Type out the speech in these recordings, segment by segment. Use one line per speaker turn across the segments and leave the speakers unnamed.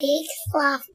Big fluff.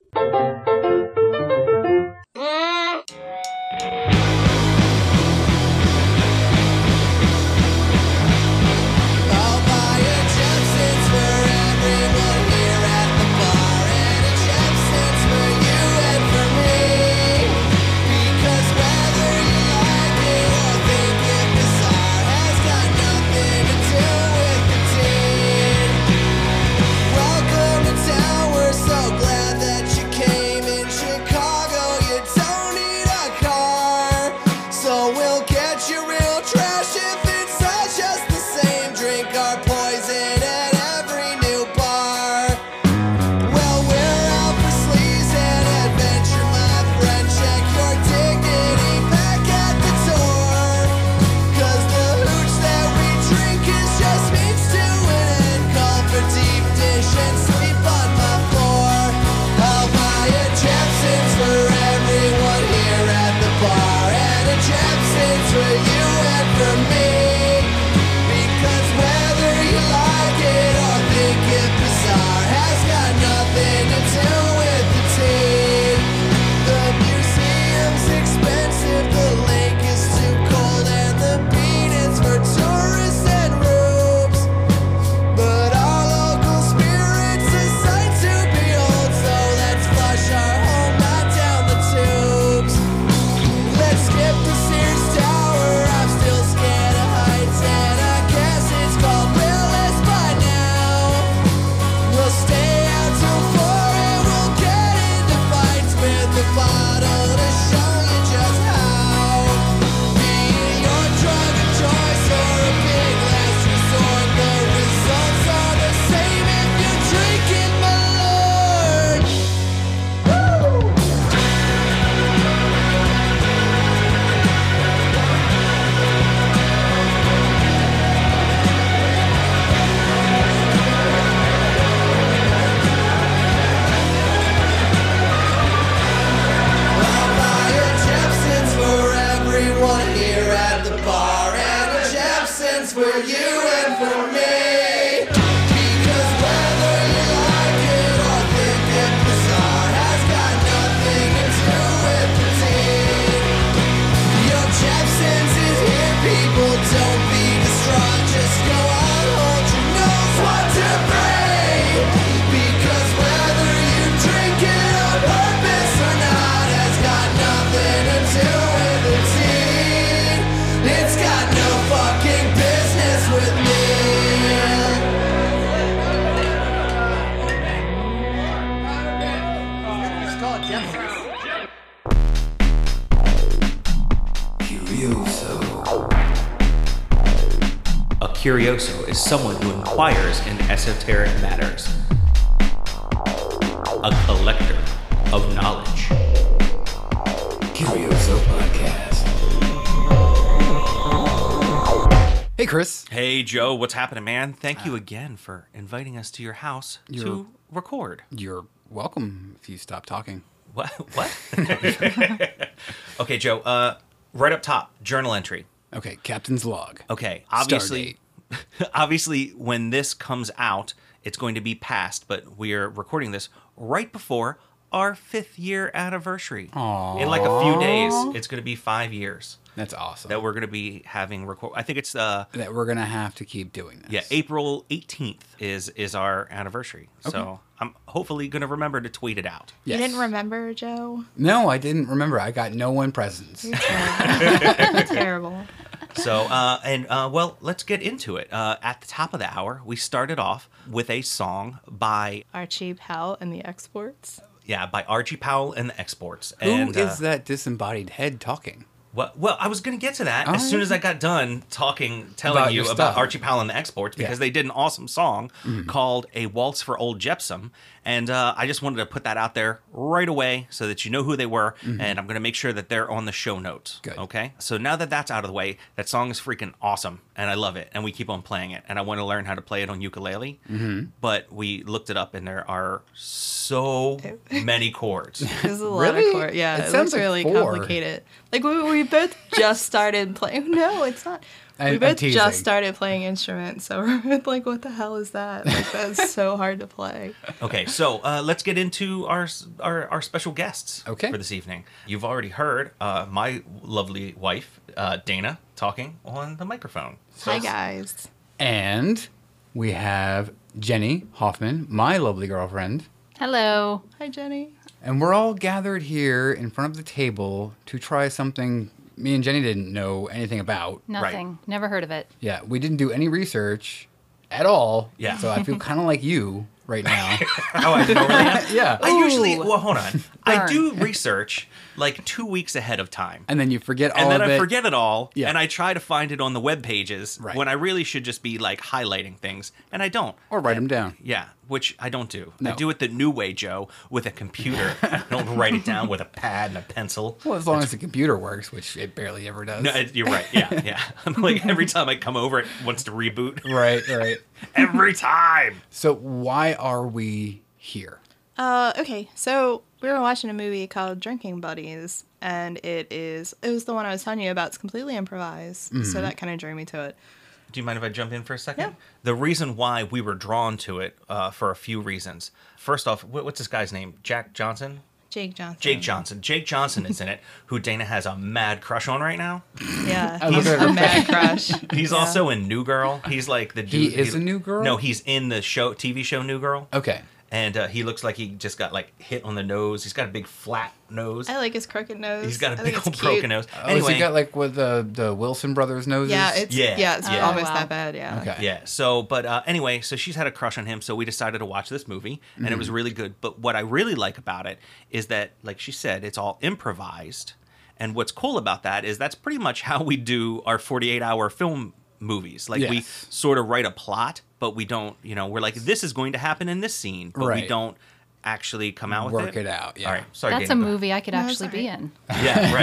curioso is someone who inquires in esoteric matters, a collector of knowledge.
Curioso Podcast. Hey, Chris.
Hey, Joe. What's happening, man? Thank you again for inviting us to your house
You're-
to record.
You're welcome if you stop talking.
What? What? okay, Joe. Uh, right up top, journal entry.
Okay, Captain's Log.
Okay, obviously, obviously, when this comes out, it's going to be past, but we are recording this right before our fifth year anniversary. In like a few days, it's going to be five years
That's awesome.
that we're going to be having record. I think it's uh
That we're going to have to keep doing this.
yeah April eighteenth is is our anniversary. So I'm hopefully going to remember to tweet it out.
Yes.
You didn't remember, Joe?
No, I didn't remember. I got no one presents.
You're terrible. Terrible.
So, uh, and uh, well, let's get into it. Uh, at the top of the hour, we started off with a song by
Archie Powell and the Exports.
yeah by Archie Powell and the Exports.
Who is
and, uh,
that disembodied head talking?
Well, well, I was going to get to that
Oh,
as soon
yeah.
as I got done talking, telling
About
you
your
about
stuff.
Archie Powell and the Exports because
Yeah. Mm-hmm.
they did an awesome song called "A Waltz for Old Jepsum," and uh, I just wanted to put that out there right away so that you know who they were, and I'm going to make sure that they're on the show notes.
Mm-hmm. Good.
Okay. So now that that's out of the way, that song is freaking awesome, and I love it, and we keep on playing it, and I want to learn how to play it on ukulele,
Mm-hmm.
but we looked it up, and there are so many chords.
There's a lot
Really?
of chord. Yeah,
It
it,
sounds
sounds
like
really
four.
complicated. Like we, we we both just started playing. No, it's
I-
not. we
I'm
both
teasing.
just started playing instruments, so we're both like, "What the hell is that? Like, that's so hard to play."
Okay, so uh, let's get into our, our our special guests
Okay.
for this evening. You've already heard uh, my lovely wife uh, Dana talking on the microphone. So
Hi guys.
And we have Jenny Hoffman, my lovely girlfriend.
Hello.
Hi Jenny.
And we're all gathered here in front of the table to try something me and Jenny didn't know anything about.
Nothing. Never heard of it.
Yeah, we didn't do any research at all.
Yeah.
So I feel kind of like you right now.
how I normally am.
yeah.
I usually
Ooh.
well, hold on. I
Darn.
do research like two weeks ahead of time,
And then you forget all
and then
of
I
it.
forget it all,
Yeah.
and I try to find it on the web pages
Right.
when I really should just be like highlighting things, and I don't.
Or write them down.
Yeah, which I don't do. I
No.
do it the new way, Joe, with a computer. I don't write it down with a pad and a pencil.
Well, as long as the computer works, which it barely ever does.
No, it- you're right. Yeah, yeah. I'm like every time I come over, it wants to reboot.
right, right.
Every time.
So why are we here?
Uh, okay, so we were watching a movie called Drinking Buddies, and it is it was the one I was telling you about. It's completely improvised,
Mm-hmm.
so that kind of drew me to it.
Do you mind if I jump in for a second?
Yeah.
The reason why we were drawn to it uh, for a few reasons. First off, wh- what's this guy's name? Jack Johnson.
Jake Johnson.
Jake Johnson. Jake Johnson is in it, who Dana has a mad crush on right now.
Yeah,
I
he's
look at her
a mad crush.
He's
Yeah.
also in New Girl. He's like the dude.
He is in New Girl?
No, he's in the show TV show New Girl.
Okay. Oh,
And uh, he looks like he just got like hit on the nose. He's got a big flat nose.
I like his crooked nose.
He's got a
I
big
think it's
old
cute.
broken nose.
Oh, so you got like with the the Wilson brothers noses?
Yeah, it's
Yeah,
yeah, it's
yeah.
almost
Oh, wow.
that bad. Yeah.
Okay.
Yeah. So, but uh, anyway, so she's had a crush on him, so we decided to watch this movie, and it was
Mm-hmm.
really good. But what I really like about it is that, like she said, it's all improvised. And what's cool about that is that's pretty much how we do our 48 hour film movies. Like we
Yes.
sort of write a plot, but we don't, you know, we're like, this is going to happen in this scene, but we
Right.
don't actually come out with
Work
it.
it out, yeah.
All right. Sorry.
That's a
Dana, go ahead.
movie I could
No, it's
actually be
alright.
in.
Yeah.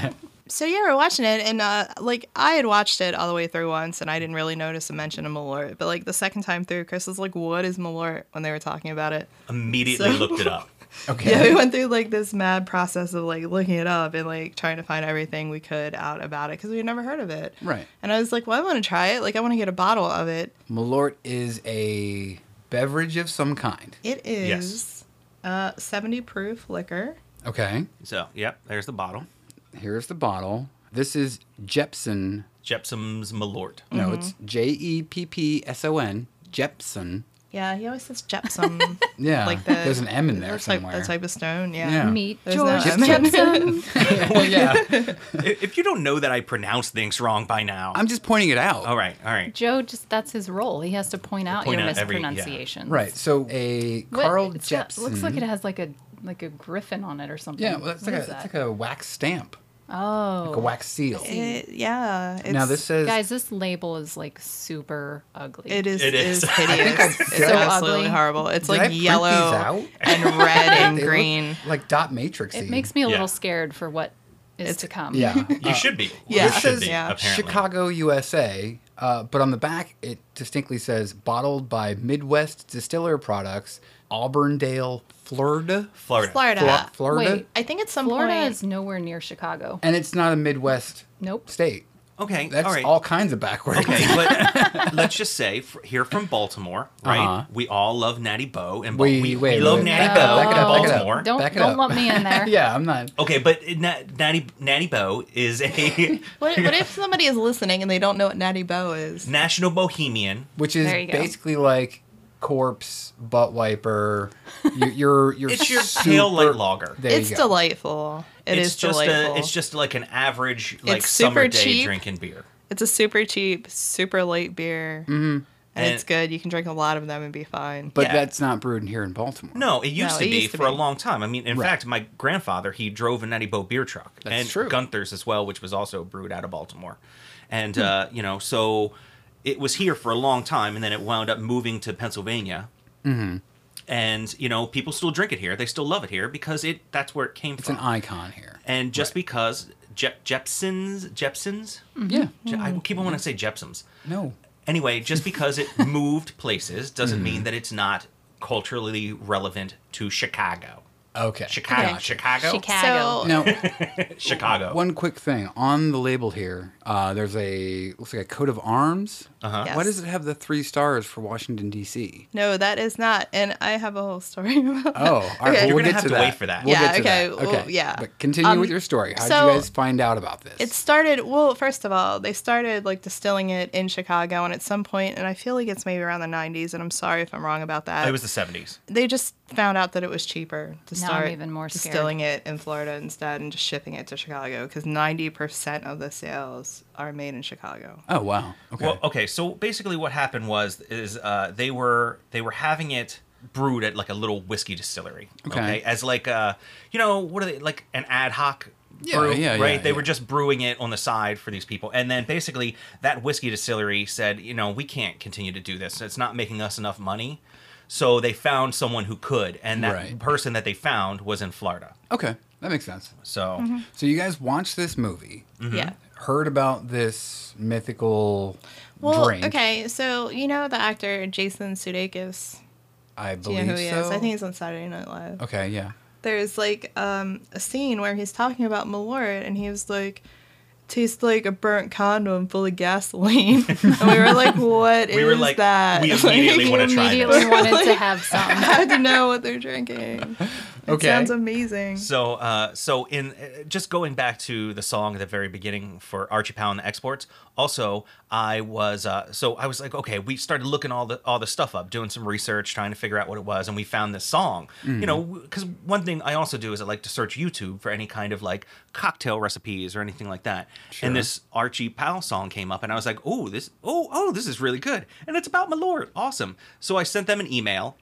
Right.
So yeah, we're watching it, and uh, like I had watched it all the way through once, and I didn't really notice a mention of Malort. But like the second time through, Chris was like, "What is Malort?" when they were talking about it.
Immediately
So-
looked it up.
Okay.
Yeah, we went through like this mad process of like looking it up and like trying to find everything we could out about it because we had never heard of it.
Right.
And I was like, "Well, I want to try it. Like, I want to get a bottle of it."
Malort is a beverage of some kind.
It is uh, seventy proof liquor.
Okay.
So, yep. There's the bottle.
Here's the bottle. This is Jepson.
Jepsum's Malort.
No,
Mm-hmm.
it's J E P P S O N. Jepson.
Yeah, he always says gypsum.
Yeah.
Like the,
There's an M in there
that type,
somewhere.
that type of stone. Yeah.
Yeah.
Meet
There's
George
no- I mean-
Jepson.
well, yeah.
if if you don't know that I pronounce things wrong by now,
I'm just pointing it out.
Oh.
all right, all right.
Joe just that's his role. He has to point out
Point
your
out every- yeah.
mispronunciations.
Right. So a
What-
Carl
it's got-
Jepson.
looks like it has like a like a griffin on it or something.
Yeah, well, that's
What
like, a,
is
that's like
that?
a wax stamp,
oh.
like a wax seal.
It, yeah. It's,
now this says
Guys, this label is like super ugly.
It is.
It
It
is.
is,
I
hideous. it's
did.
so absolutely
Ugly.
horrible. It's
Did I
like
print these
yellow
out?
and red and
They look
green.
like dot matrix.
It makes me a
Yeah.
little scared for what is
It's-
to come.
yeah.
You should be.
yeah.
You
This
should
is-
be,
yeah.
apparently.
Chicago, USA. Uh, but on the back, it distinctly says bottled by Midwest Distiller Products, Auburndale, Florida.
Florida.
Florida.
Fla- Florida.
Wait,
I think at some
Florida
point.
is nowhere near Chicago.
And it's not a Midwest
Nope.
state.
Okay,
That's
all
all,
right.
kinds of backwards.
okay, but let's just say f- here from Baltimore, right?
Uh-huh.
We all love Natty Bo, and
We-
we, we,
wait,
love
wait,
Natty
back
Bo
it up, back
in
it up, back it up.
Baltimore.
Don't
Back it
don't
up.
lump me in there.
yeah, I'm not.
Okay, but it- Na- Natty Natty Bo is a
what, what if somebody is listening and they don't know what Natty Bo is?
national bohemian.
Which is
There you go.
basically like corpse butt wiper. Your your your
It's your
super,
pale light lager.
There
It's
you go.
delightful. It
it's
is
just
delightful.
a, it's just like an average like
It's super
summer day
cheap.
drinking beer.
It's a super cheap, super light beer, mm-hmm. and,
And-
it's good. You can drink a lot of them and be fine.
But
Yeah.
that's not brewed in here in Baltimore.
No, it used
No,
to
it
be
used to
for a
be.
long time. I mean, in
Right.
fact, my grandfather he drove a Natty Bo beer truck,
That's
and
true.
Gunther's as well, which was also brewed out of Baltimore,
Hmm.
and uh, you know, so it was here for a long time, and then it wound up moving to Pennsylvania. Mm-hmm. And you know, people still drink it here. They still love it here because it that's where it came
It's
from.
an icon here.
and just because Je- Jepsons, Jepsons,
Mm-hmm.
Yeah.
Je- I
Mm.
keep on wanting to say Jepsums.
No.
Anyway, just because it moved places doesn't mean that it's not culturally relevant to Chicago.
Okay.
Chicago,
Okay.
Chicago,
Chicago.
So
Now,
Chicago.
one quick thing on the label here. Uh, there's a looks like a coat of arms. Uh-huh.
Yes.
Why does it have the three stars for Washington D.C.?
no, that is not. And I have a whole story about
Oh, all right.
that. Okay.
Well,
You're gonna
we'll get
have
to
to
that.
wait for that.
We'll
Yeah,
get to
okay,
that.
well, yeah.
But continue
Um,
with your story. How
so-
did you guys find out about this?
It started well. First of all, they started like distilling it in Chicago, and at some point, and I feel like it's maybe around the '90s, and I'm sorry if I'm wrong about that.
It was the 70s.
they just found out that it was cheaper to
Now I'm
start
even more scared.
distilling it in Florida instead and just shipping it to Chicago because 90% of the sales are made in Chicago.
oh wow. Okay.
Well, okay. So basically, what happened was is uh, they were they were having it brewed at like a little whiskey distillery, okay,
Okay.
as like uh you know what are they like an ad hoc.
Yeah,
brew,
yeah,
right.
yeah,
they were
yeah.
just brewing it on the side for these people, and then basically that whiskey distillery said, you know, we can't continue to do this. It's not making us enough money, so they found someone who could, and that
Right.
person that they found was in Florida.
okay. That makes sense.
So
So you guys watched this movie,
Yeah.
heard about this mythical
Well,
drink.
okay, so you know the actor Jason Sudeikis?
I
Do you
believe
know who he
so.
is? I think he's on Saturday Night Live.
Okay. Yeah.
There's like um, a scene where he's talking about Malort and he was like, tastes like a burnt condom full of gasoline. and we were like, "What is
we were like,
that?
we immediately
Like,
want to try
Immediately
this.
wanted to have some.
had to know what they're drinking. It
Okay.
sounds amazing.
So, uh, so in uh, just going back to the song at the very beginning for Archie Powell and the Exports. Also, I was uh, so I was like, okay, we started looking all the all the stuff up, doing some research, trying to figure out what it was, and we found this song. You know, because one thing I also do is I like to search YouTube for any kind of like cocktail recipes or anything like that. And this Archie Powell song came up, and I was like, oh, this, oh, oh, this is really good, and it's about my lord, awesome. So I sent them an email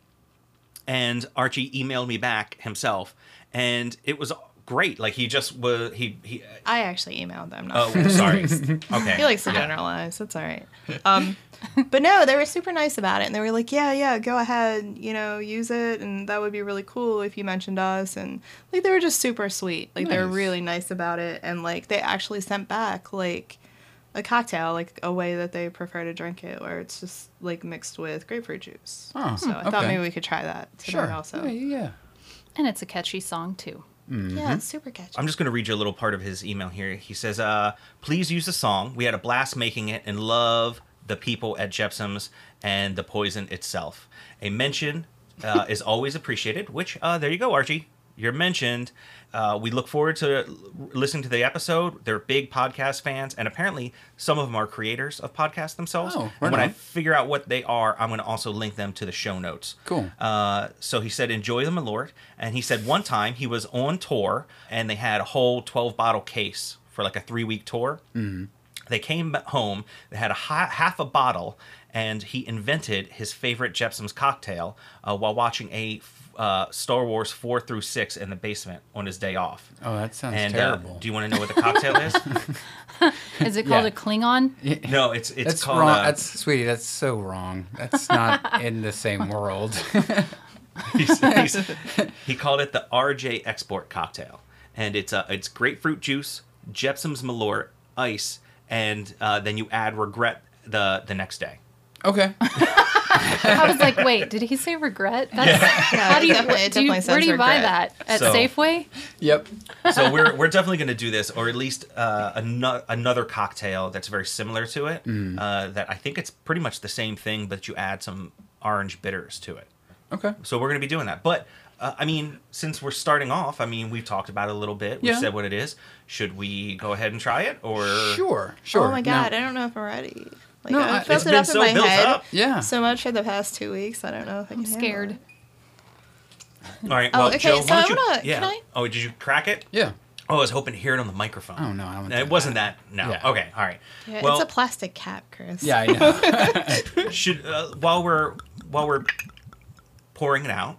and Archie emailed me back himself, and it was great. Like he just was he he.
I actually emailed them. Not
Oh, sorry. Okay.
He likes to generalize. That's all right. Um, but no, they were super nice about it, and they were like, "Yeah, yeah, go ahead, you know, use it, and that would be really cool if you mentioned us." And like, they were just super sweet. Like, they were
Nice.
really nice about it, and like, they actually sent back like a cocktail, like a way that they prefer to drink it, where it's just like mixed with grapefruit juice.
Oh,
so I
hmm,
thought
okay.
maybe we could try that today
Sure.
also.
Yeah, yeah.
And it's a catchy song, too.
Yeah, it's super catchy.
I'm just going to read you a little part of his email here. He says, uh, please use the song. We had a blast making it and love the people at Jepsum's and the poison itself. A mention uh, is always appreciated, which, uh, there you go, Archie. You're mentioned. Uh, we look forward to l- listening to the episode. They're big podcast fans, and apparently some of them are creators of podcasts themselves.
Oh,
and
right
when I
on.
figure out what they are, I'm going to also link them to the show notes.
Cool.
Uh, so he said, enjoy them, my lord. And he said one time he was on tour and they had a whole 12 bottle case for like a three week tour.
Mm-hmm.
Mm. They came ba- home, they had a ha- half a bottle, and he invented his favorite Jepsum's cocktail uh, while watching a f- uh, Star Wars 4 through 6 in the basement on his day off.
Oh, that sounds
and, uh,
terrible.
do you want to know what the cocktail is?
Is it called
Yeah.
a Klingon?
no, it's it's
that's
called
wrong.
uh,
that's sweetie. That's so wrong. That's not in the same world.
he's, he's- he called it the RJ Export Cocktail, and it's uh, it's grapefruit juice, Jepsum's Malort, ice, and uh, then you add regret the the next day.
okay.
I was like, wait, did he say regret? That's,
Yeah,
How do you,
definitely- it
do
definitely
you- where
says
do you buy
regret.
that? At
So-
Safeway?
Yep.
So we're we're definitely going to do this, or at least uh, ano- another cocktail that's very similar to it. Uh, that I think it's pretty much the same thing, but you add some orange bitters to it.
Okay.
So we're going to be doing that. But uh, I mean, since we're starting off, I mean, we've talked about it a little bit. We
Yeah.
said what it is. Should we go ahead and try it, or
Sure. Sure.
Oh my
Now-
god, I don't know if I'm ready. Like
No, I-
I've
It's
built it
been
up in
so
my
built
head
up.
yeah.
so much for the past two weeks. I don't know if I
I'm
can handle
scared.
it.
All right.
Oh,
well,
okay,
Joe,
so
why
I
don't you,
wanna-
yeah.
can I-
Oh, did you crack it?
yeah.
Oh, I was hoping to hear it on the microphone.
Oh, no, I don't
It
think
wasn't that. No.
Yeah.
Okay. All right.
Yeah,
well,
it's a plastic cap, Chris.
Yeah. I know.
should uh, while we're while we're pouring it out,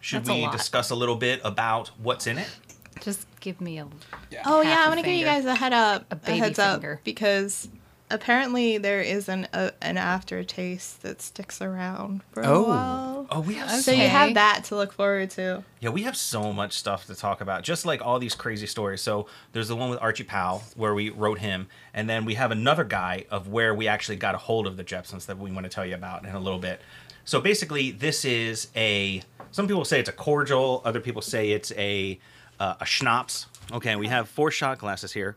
should
That's a
we
lot.
discuss a little bit about what's in it?
Just give me a.
Oh
Half
yeah, I
a
want to give you
finger.
guys a head up, a,
baby
heads
finger.
up, because apparently there is an a, an aftertaste that sticks around for
Oh.
a while.
Oh, we have
So
so
you
Okay.
have that to look forward to.
yeah, we have so much stuff to talk about. Just like all these crazy stories. So there's the one with Archie Powell where we wrote him, and then we have another guy of where we actually got a hold of the Jepsons that we want to tell you about in a little bit. So basically, this is a. Some people say it's a cordial. Other people say it's a uh, a schnapps. Okay, we have four shot glasses here.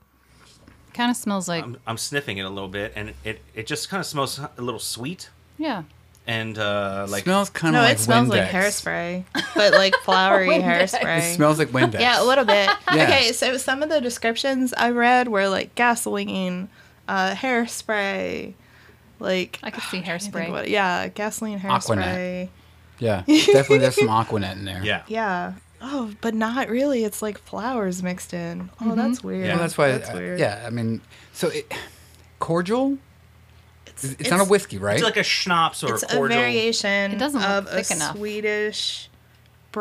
Kind of smells like
I'm, I'm sniffing it a little bit, and it it just kind of smells a little sweet
yeah.
and uh, like
smells kind of
No,
like
it smells
Windex.
like hairspray, but like flowery
Windex.
hairspray.
It smells like Windex.
yeah, a little bit.
Yeah.
Okay, so some of the descriptions I read were like gasoline, uh, hairspray, like
I could see
I think
hairspray.
what- yeah, gasoline hairspray.
Aquanet. Yeah, definitely there's some Aquanet in there.
yeah.
Yeah. Oh, but not really. It's like flowers mixed in. Oh, that's weird.
Yeah.
Well, that's why.
That's
uh,
weird.
yeah, I mean, so it, cordial. It's, it's, not a
it's-
whiskey, right?
It's like a schnapps or
It's
a
a
cordial.
variation
It doesn't look
of
thick
a
enough.
Swedish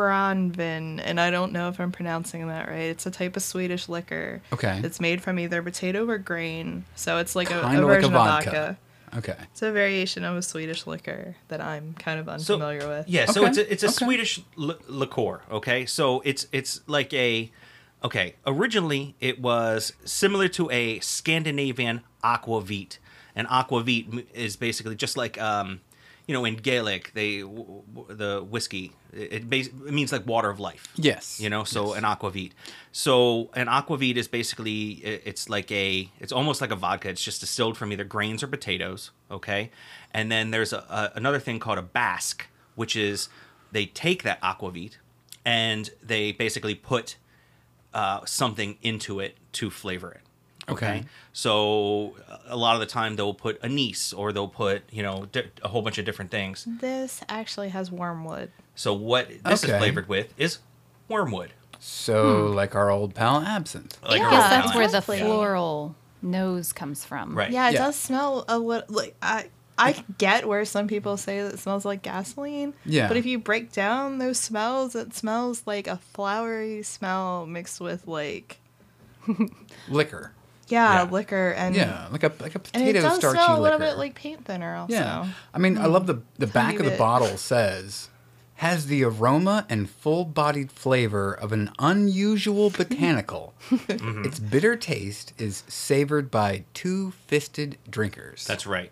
Brandvin, and I don't know if I'm pronouncing that right. It's a type of Swedish liquor.
Okay.
It's made from either potato or grain, so it's like a,
Kinda
a
like a
version
vodka.
of vodka.
okay.
It's a variation of a Swedish liquor that I'm kind of
so,
unfamiliar with.
Yeah, so
Okay,
it's a, it's a
okay.
Swedish li- liqueur. Okay, so it's it's like a okay. Originally, it was similar to a Scandinavian aquavit, and aquavit m- is basically just like um, you know, in Gaelic, they w- w- the whiskey it, it, bas- it means like water of life.
Yes.
you know, so an aquavit. So an aquavit is basically i- it's like a it's almost like a vodka. It's just distilled from either grains or potatoes. Okay, and then there's a, a, another thing called a basque, which is they take that aquavit and they basically put uh, something into it to flavor it.
Okay.
So uh, a lot of the time they'll put anise or they'll put you know di- a whole bunch of different things.
This actually has wormwood.
So what this
Okay.
is flavored with is wormwood.
So
Hmm.
like our old pal absinthe.
Like a
Yeah,
I guess
rock
that's
island.
where the
exactly.
floral nose comes from.
Right.
Yeah, it
Yeah.
does smell a little like I I get where some people say that it smells like gasoline.
Yeah.
But if you break down those smells, it smells like a flowery smell mixed with like
Liquor.
yeah,
Yeah.
liquor and
Yeah, like a like a
Mm-hmm. and it
potato
does
starchy
smell a
liquor.
little bit like paint thinner also.
yeah. I mean, I love the the back of the
bit.
bottle says has the aroma and full-bodied flavor of an unusual botanical.
Mm-hmm.
Its bitter taste is savored by two-fisted drinkers.
That's right.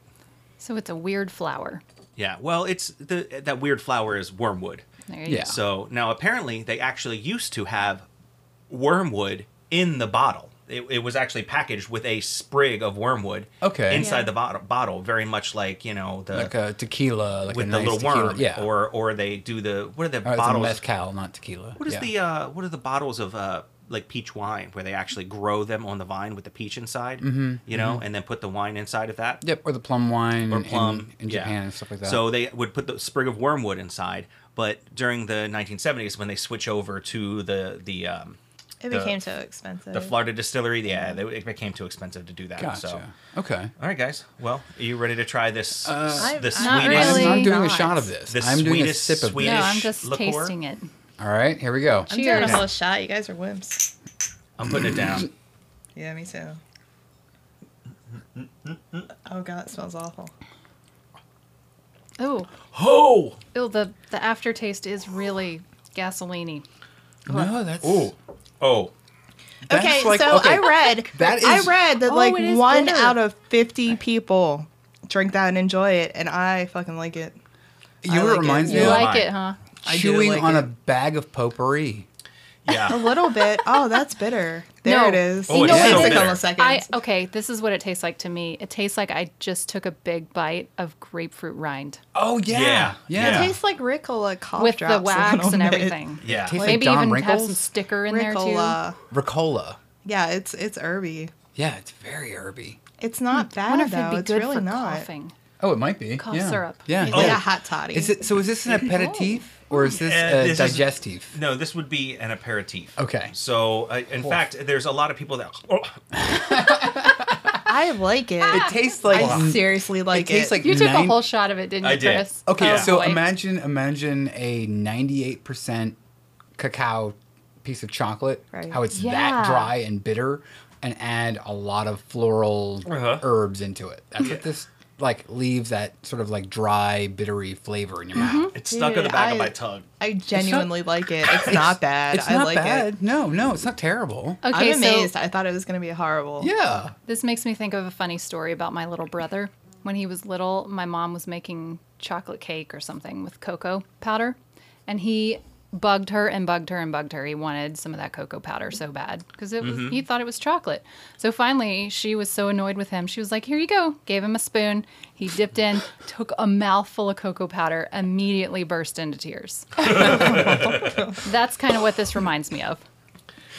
So it's a weird flower.
Yeah. Well, it's the that weird flower is wormwood.
There you
Yeah.
go.
So now apparently they actually used to have wormwood in the bottle. It, it was actually packaged with a sprig of wormwood
Okay.
inside
Yeah.
the bottle, bottle, very much like you know the
like a tequila, like
with
a
the
nice
little
tequila.
worm,
Yeah,
or or they do the what are the
Or it's a
bottles?
mezcal, not tequila.
What is
yeah.
the uh, what are the bottles of uh, like peach wine where they actually grow them on the vine with the peach inside,
Mm-hmm.
you know, and then put the wine inside of that?
Yep, or the plum wine
or
in-
plum
in,
yeah.
Japan and stuff like that.
So they would put the sprig of wormwood inside, but during the 1970s when they switch over to the the um,
It
the-
became so expensive.
the Florida distillery, yeah, they, it became too expensive to do that.
gotcha.
So,
Okay.
all right, guys. Well, are you ready to try this?
Uh,
the
not
sweetest.
really.
I'm not doing a
not.
shot of this.
The
I'm doing a
sweetest,
sip of
No,
sweetest-
I'm
Swedish
just
liqueur?
tasting it.
this. All right, here we go.
I'm doing a
Cheers.
whole shot. You guys are wimps.
I'm putting it down.
Yeah, me too. Oh god, it smells awful.
Oh,
Oh,
oh, the the aftertaste is really gasoline
No, that's
oh, oh.
that's
okay,
like-
so
okay,
I read
that
I
is-
read that
Oh,
like
it is
one
bitter.
out of fifty people drink that and enjoy it, and I fucking like it.
You know what
I
it
like it.
reminds me
You
Yeah.
of?
like
Mine.
it, huh?
I do
Chewing
like
on
it.
a bag of potpourri.
A
Yeah.
little bit. Oh, that's bitter. There
No.
it is.
Oh,
it's so
takes a
bitter.
couple of seconds.
I okay. This is what it tastes like to me. It tastes like I just took a big bite of grapefruit rind
Oh
Yeah, yeah.
It tastes like Ricola cough
with
drops
the
a
wax
little
and
bit.
everything.
Yeah.
Tastes like
Maybe
Don
even have
Rickles?
some sticker in there too.
Ricola.
Ricola.
Yeah, it's it's herby.
Yeah, it's very herby.
It's not
I Hmm. wonder
bad
if it'd
though.
be
It's
good
really
for
not.
coughing.
Oh, it might be.
Cough
yeah.
syrup.
Yeah.
It's
yeah.
like a hot toddy.
Oh. Is it so? Is this an aperitif or is this
Uh,
a
this is-
digestive?
No, this would be an aperitif.
Okay.
So, uh, in fact, there's a lot of people that. oh,
I like it.
It tastes like um,
I seriously like
it tastes like
You took a
nine-
whole shot of it, didn't you,
I did.
Chris?
Okay,
Oh,
so
boy.
imagine imagine a ninety-eight percent cacao piece of chocolate.
Right.
How it's
Yeah.
that dry and bitter, and add a lot of floral
Uh-huh.
herbs into it. That's what this like leaves that sort of like dry, bittery flavor in your mouth.
Mm-hmm.
It's stuck in the
Dude,
back of
I-
my tongue.
I genuinely like it. It's not bad.
It's
I
not
like
bad.
it.
No, no, it's not terrible.
Okay,
I'm amazed. I thought it was gonna be horrible.
Yeah.
This makes me think of a funny story about my little brother. When he was little, my mom was making chocolate cake or something with cocoa powder. And he bugged her and bugged her and bugged her. He wanted some of that cocoa powder so bad because it was, he thought it was chocolate. So finally, she was so annoyed with him. She was like, Here you go. Gave him a spoon. He dipped in, took a mouthful of cocoa powder, immediately burst into tears. That's kind of what this reminds me of.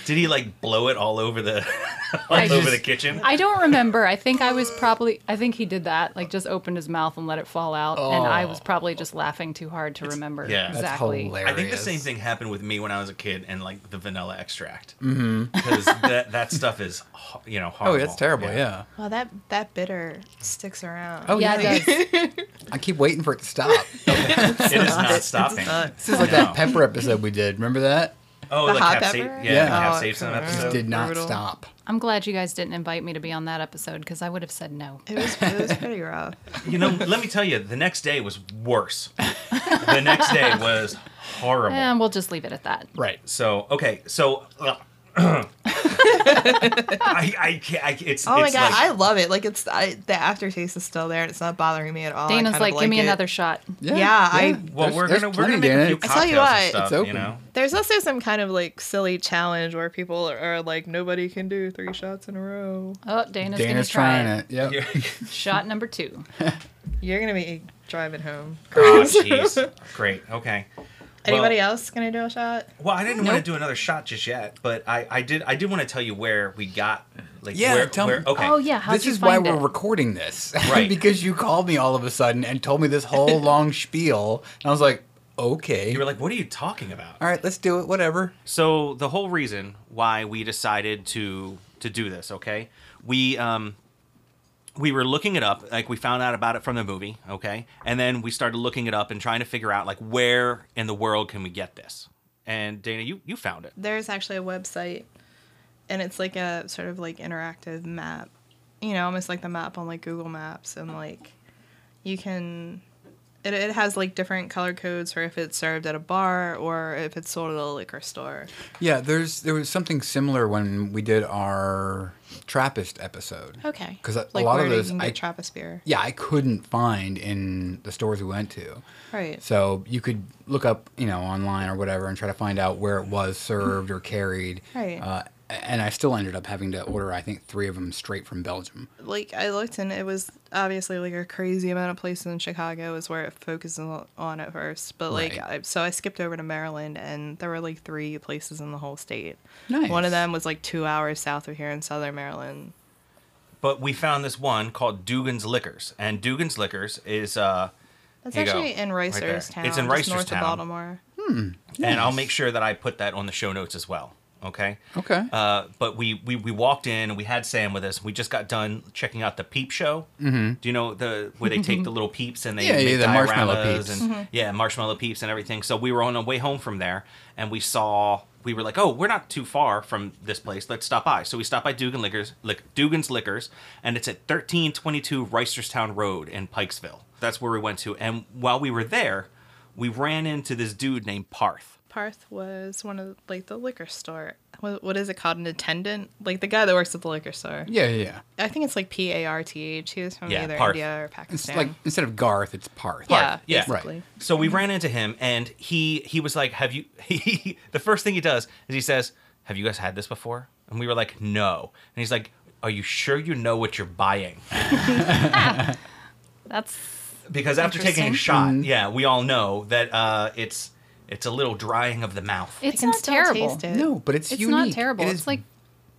Did he like blow it all over the all
I
over
just-
the kitchen?
I don't remember. I think I was probably. I think he did that. Like just opened his mouth and let it fall out. And I was probably just laughing too hard to remember
yeah. That's
exactly.
hilarious.
I think the same thing happened with me when I was a kid and like the vanilla extract. Because that, that stuff is, ho- you know,
Mm-hmm. Oh,
horrible.
that's terrible. Yeah.
Well, that that bitter sticks around.
Oh
yeah,
yeah.
it does.
I keep waiting for it to stop.
It is not stopping.
This is like
No.
that pepper episode we did. Remember that?
Oh,
The
like
hot
capsa-
pepper?
Yeah,
Yeah.
Oh,
capsaicin
okay.
It
episode.
just did not
brutal.
stop.
I'm glad you guys didn't invite me to be on that episode because I would have said no.
It was it was pretty rough.
You know, let me tell you, the next day was worse. the next day was horrible.
And we'll just leave it at that.
Right.
So okay, so ugh. I, I, can't, I it's
Oh my
it's
god,
like-
I love it. Like it's I, the aftertaste is still there, and it's not bothering me at all. Oh, I
Dana's
kind
like,
of
give me
it.
another shot.
Yeah, I-
well,
There's-
we're
there's
gonna we're gonna
plenty,
make a
Dana.
few
It's-
I
cocktails
tell
and
you what,
stuff.
it's
You
open.
know,
There's also some kind of like silly challenge where people are, are like, nobody can do three shots in a row.
Oh, Dana's, gonna
Dana's
try
trying it. Yep.
You're-
Shot number two.
You're gonna be driving home.
oh jeez, great, okay.
Anybody
well,
else gonna do a shot?
Well, I didn't want to do another shot just yet, but I, I did I did want to tell you where we got like
Yeah,
where,
tell
where
me.
okay
Oh yeah, how'd
this
you
is why
find
we're
it?
recording this.
Right.
because you called me all of a sudden and told me this whole long spiel. And I was like, okay.
you were like what are you talking about
all right, let's do it. Whatever.
So the whole reason why we decided to to do this, okay, we um we were looking it up, like we found out about it from the movie, okay, and then we started looking it up and trying to figure out like where in the world can we get this. And Dana, you you found it.
There's actually a website, and it's like a sort of like interactive map. You know, almost like the map on like Google Maps, and like you can. It, it has like different color codes for if it's served at a bar or if it's sold at a liquor store.
Yeah, there's there was something similar when we did our Trappist episode.
Okay.
'Cause a- a
like
lot of
where
those
you can
I-
get Trappist beer.
Yeah, I couldn't find in the stores we went to.
Right.
So you could look up, you know, online or whatever and try to find out where it was served or carried.
Right.
Uh, and I still ended up having to order, I think, three of them straight from Belgium.
like I looked and it was obviously like a crazy amount of places in Chicago is where it focuses on- on at first, but like
Right.
I, so I skipped over to Maryland and there were like three places in the whole state.
Nice.
One of them was like two hours south of here in Southern Maryland.
But we found this one called Dugan's Liquors, and Dugan's Liquors is uh
That's
Here you go.
actually in
Right there.
Ricerstown.
It's in
just north
Ricerstown.
of Baltimore.
and I'll make sure that I put that on the show notes as well. Okay.
Okay.
Uh, but we, we we walked in and we had Sam with us. We just got done checking out the peep show. Mm-hmm. Do you know the where they take the little peeps and they
Yeah, yeah,
make
the marshmallow
dioramas
peeps.
and Mm-hmm. yeah marshmallow peeps and everything. So we were on our way home from there and we saw we were like oh we're not too far from this place. Let's stop by. So we stopped by Dugan Liquors, Lick, Dugan's Liquors, and it's at thirteen twenty two Reisterstown Road in Pikesville. That's where we went to. And while we were there, we ran into this dude named Parth.
Parth was one of like the liquor store. What, what is it called? An attendant, like the guy that works at the liquor store.
yeah, yeah, yeah.
I think it's like P A R T H. He was from
Yeah,
either
Parth.
India or
It's
Pakistan.
like instead of Garth, it's Parth.
yeah,
yeah.
basically.
Right.
So we ran into him, and he he was like, "Have you?" He, the first thing he does is he says, "Have you guys had this before?" And we were like, "No." And he's like, "Are you sure you know what you're buying?"
That's
Because after taking a
Interesting.
shot, yeah, we all know that uh, it's it's a little drying of the mouth.
it's
I can
not
still
terrible.
taste it.
No, but it's,
It's
unique.
not
It
terrible. it's
is-
like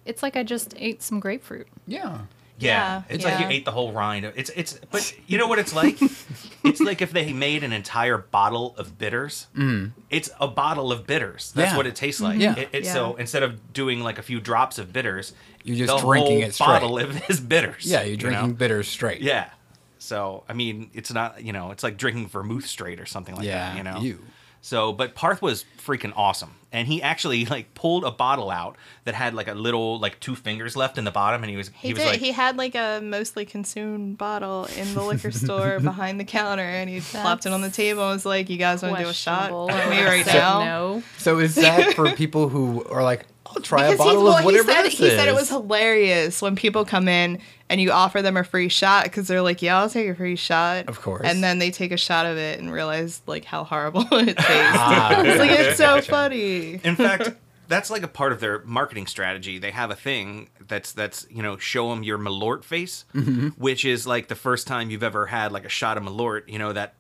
it's like I just ate some grapefruit.
yeah.
yeah,
yeah,
it's
yeah.
like you ate the whole rind. of- It's it's but you know what it's like? it's like if they made an entire bottle of bitters. Mm. It's a bottle of bitters. That's
Yeah. Mm-hmm.
what it tastes like.
Yeah.
It, it-
Yeah.
So instead of doing like a few drops of bitters,
You're just
the
drinking
whole
it straight.
bottle of is bitters.
Yeah, you're
you
drinking
know?
bitters straight.
Yeah. So I mean, it's not you know, it's like drinking vermouth straight or something like
Yeah,
that. You know.
ew.
So, but Parth was freaking awesome, and he actually like pulled a bottle out that had like a little like two fingers left in the bottom, and he was
He,
was
did.
like
he had like a mostly consumed bottle in the liquor store behind the counter, and he plopped it on the table and was like, "You guys want to do a shot
Questionable.
with
I
me
would've
right
said
now?"
No.
So is that for people who are like, I'll try a
Because he's,
bottle
well,
of
he
whatever
said
this
he said it
is.
was hilarious when people come in and you offer them a free shot because they're like, "Yeah, I'll take a free shot."
Of course.
And then they take a shot of it and realize like how horrible it tastes.
Ah.
it's like it's so funny.
In fact, that's like a part of their marketing strategy. They have a thing that's that's you know show them your Malort face, which is like the first time you've ever had like a shot of Malort. You know that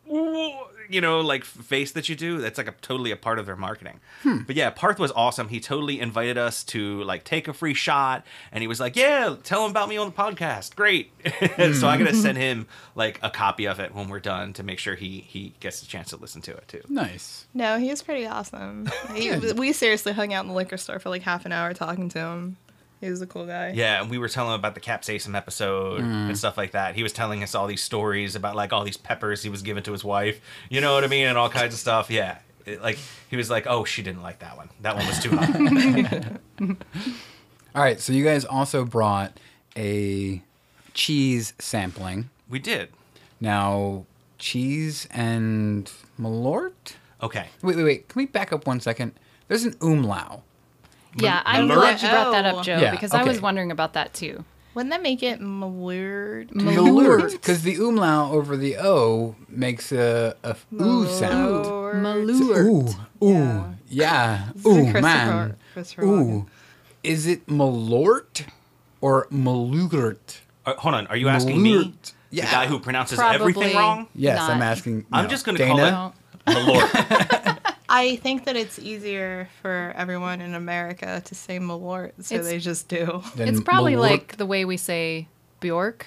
you know like face that you do. That's like a totally a part of their marketing. But yeah, Parth was awesome. He totally invited us to like take a free shot, and he was like, "Yeah, tell him about me on the podcast." Great. so I gotta send him like a copy of it when we're done to make sure he he gets a chance to listen to it too.
nice.
No, he was pretty awesome. He,
Good.
we seriously hung out in the liquor store for like half an hour talking to him. He was a cool guy.
Yeah, and we were telling him about the capsaicin episode
Mm.
and stuff like that. He was telling us all these stories about like all these peppers he was giving to his wife. You know what I mean? And all kinds of stuff. Yeah. It- like he was like, "Oh, she didn't like that one. That one was too hot."
All right, so you guys also brought a cheese sampling.
we did.
Now, cheese and malort?
Okay.
Wait, wait, wait. Can we back up one second? There's an umlau.
Yeah, I'm
Malort?
glad you brought that up,
Oh.
Joe,
Yeah,
because I
okay.
was wondering about that too.
Wouldn't that make it weird?
Malort. Because the umlau over the O makes a, a f- ooh sound.
Malort.
Ooh, ooh, yeah.
is a
Ooh,
Christopher-
man.
Christopher Walken.
Ooh. Is it malort or malugert?
Uh, hold on. Are you asking me,
Malort. Yeah.
the guy who pronounces
Probably.
everything wrong?
Yes, I'm
Not-
asking.
I'm
no.
just going to
Dana?
call it Malort.
I think that it's easier for everyone in America to say malort, so
It's-
they just do.
Then
It's probably
malort-
like the way we say Bjork,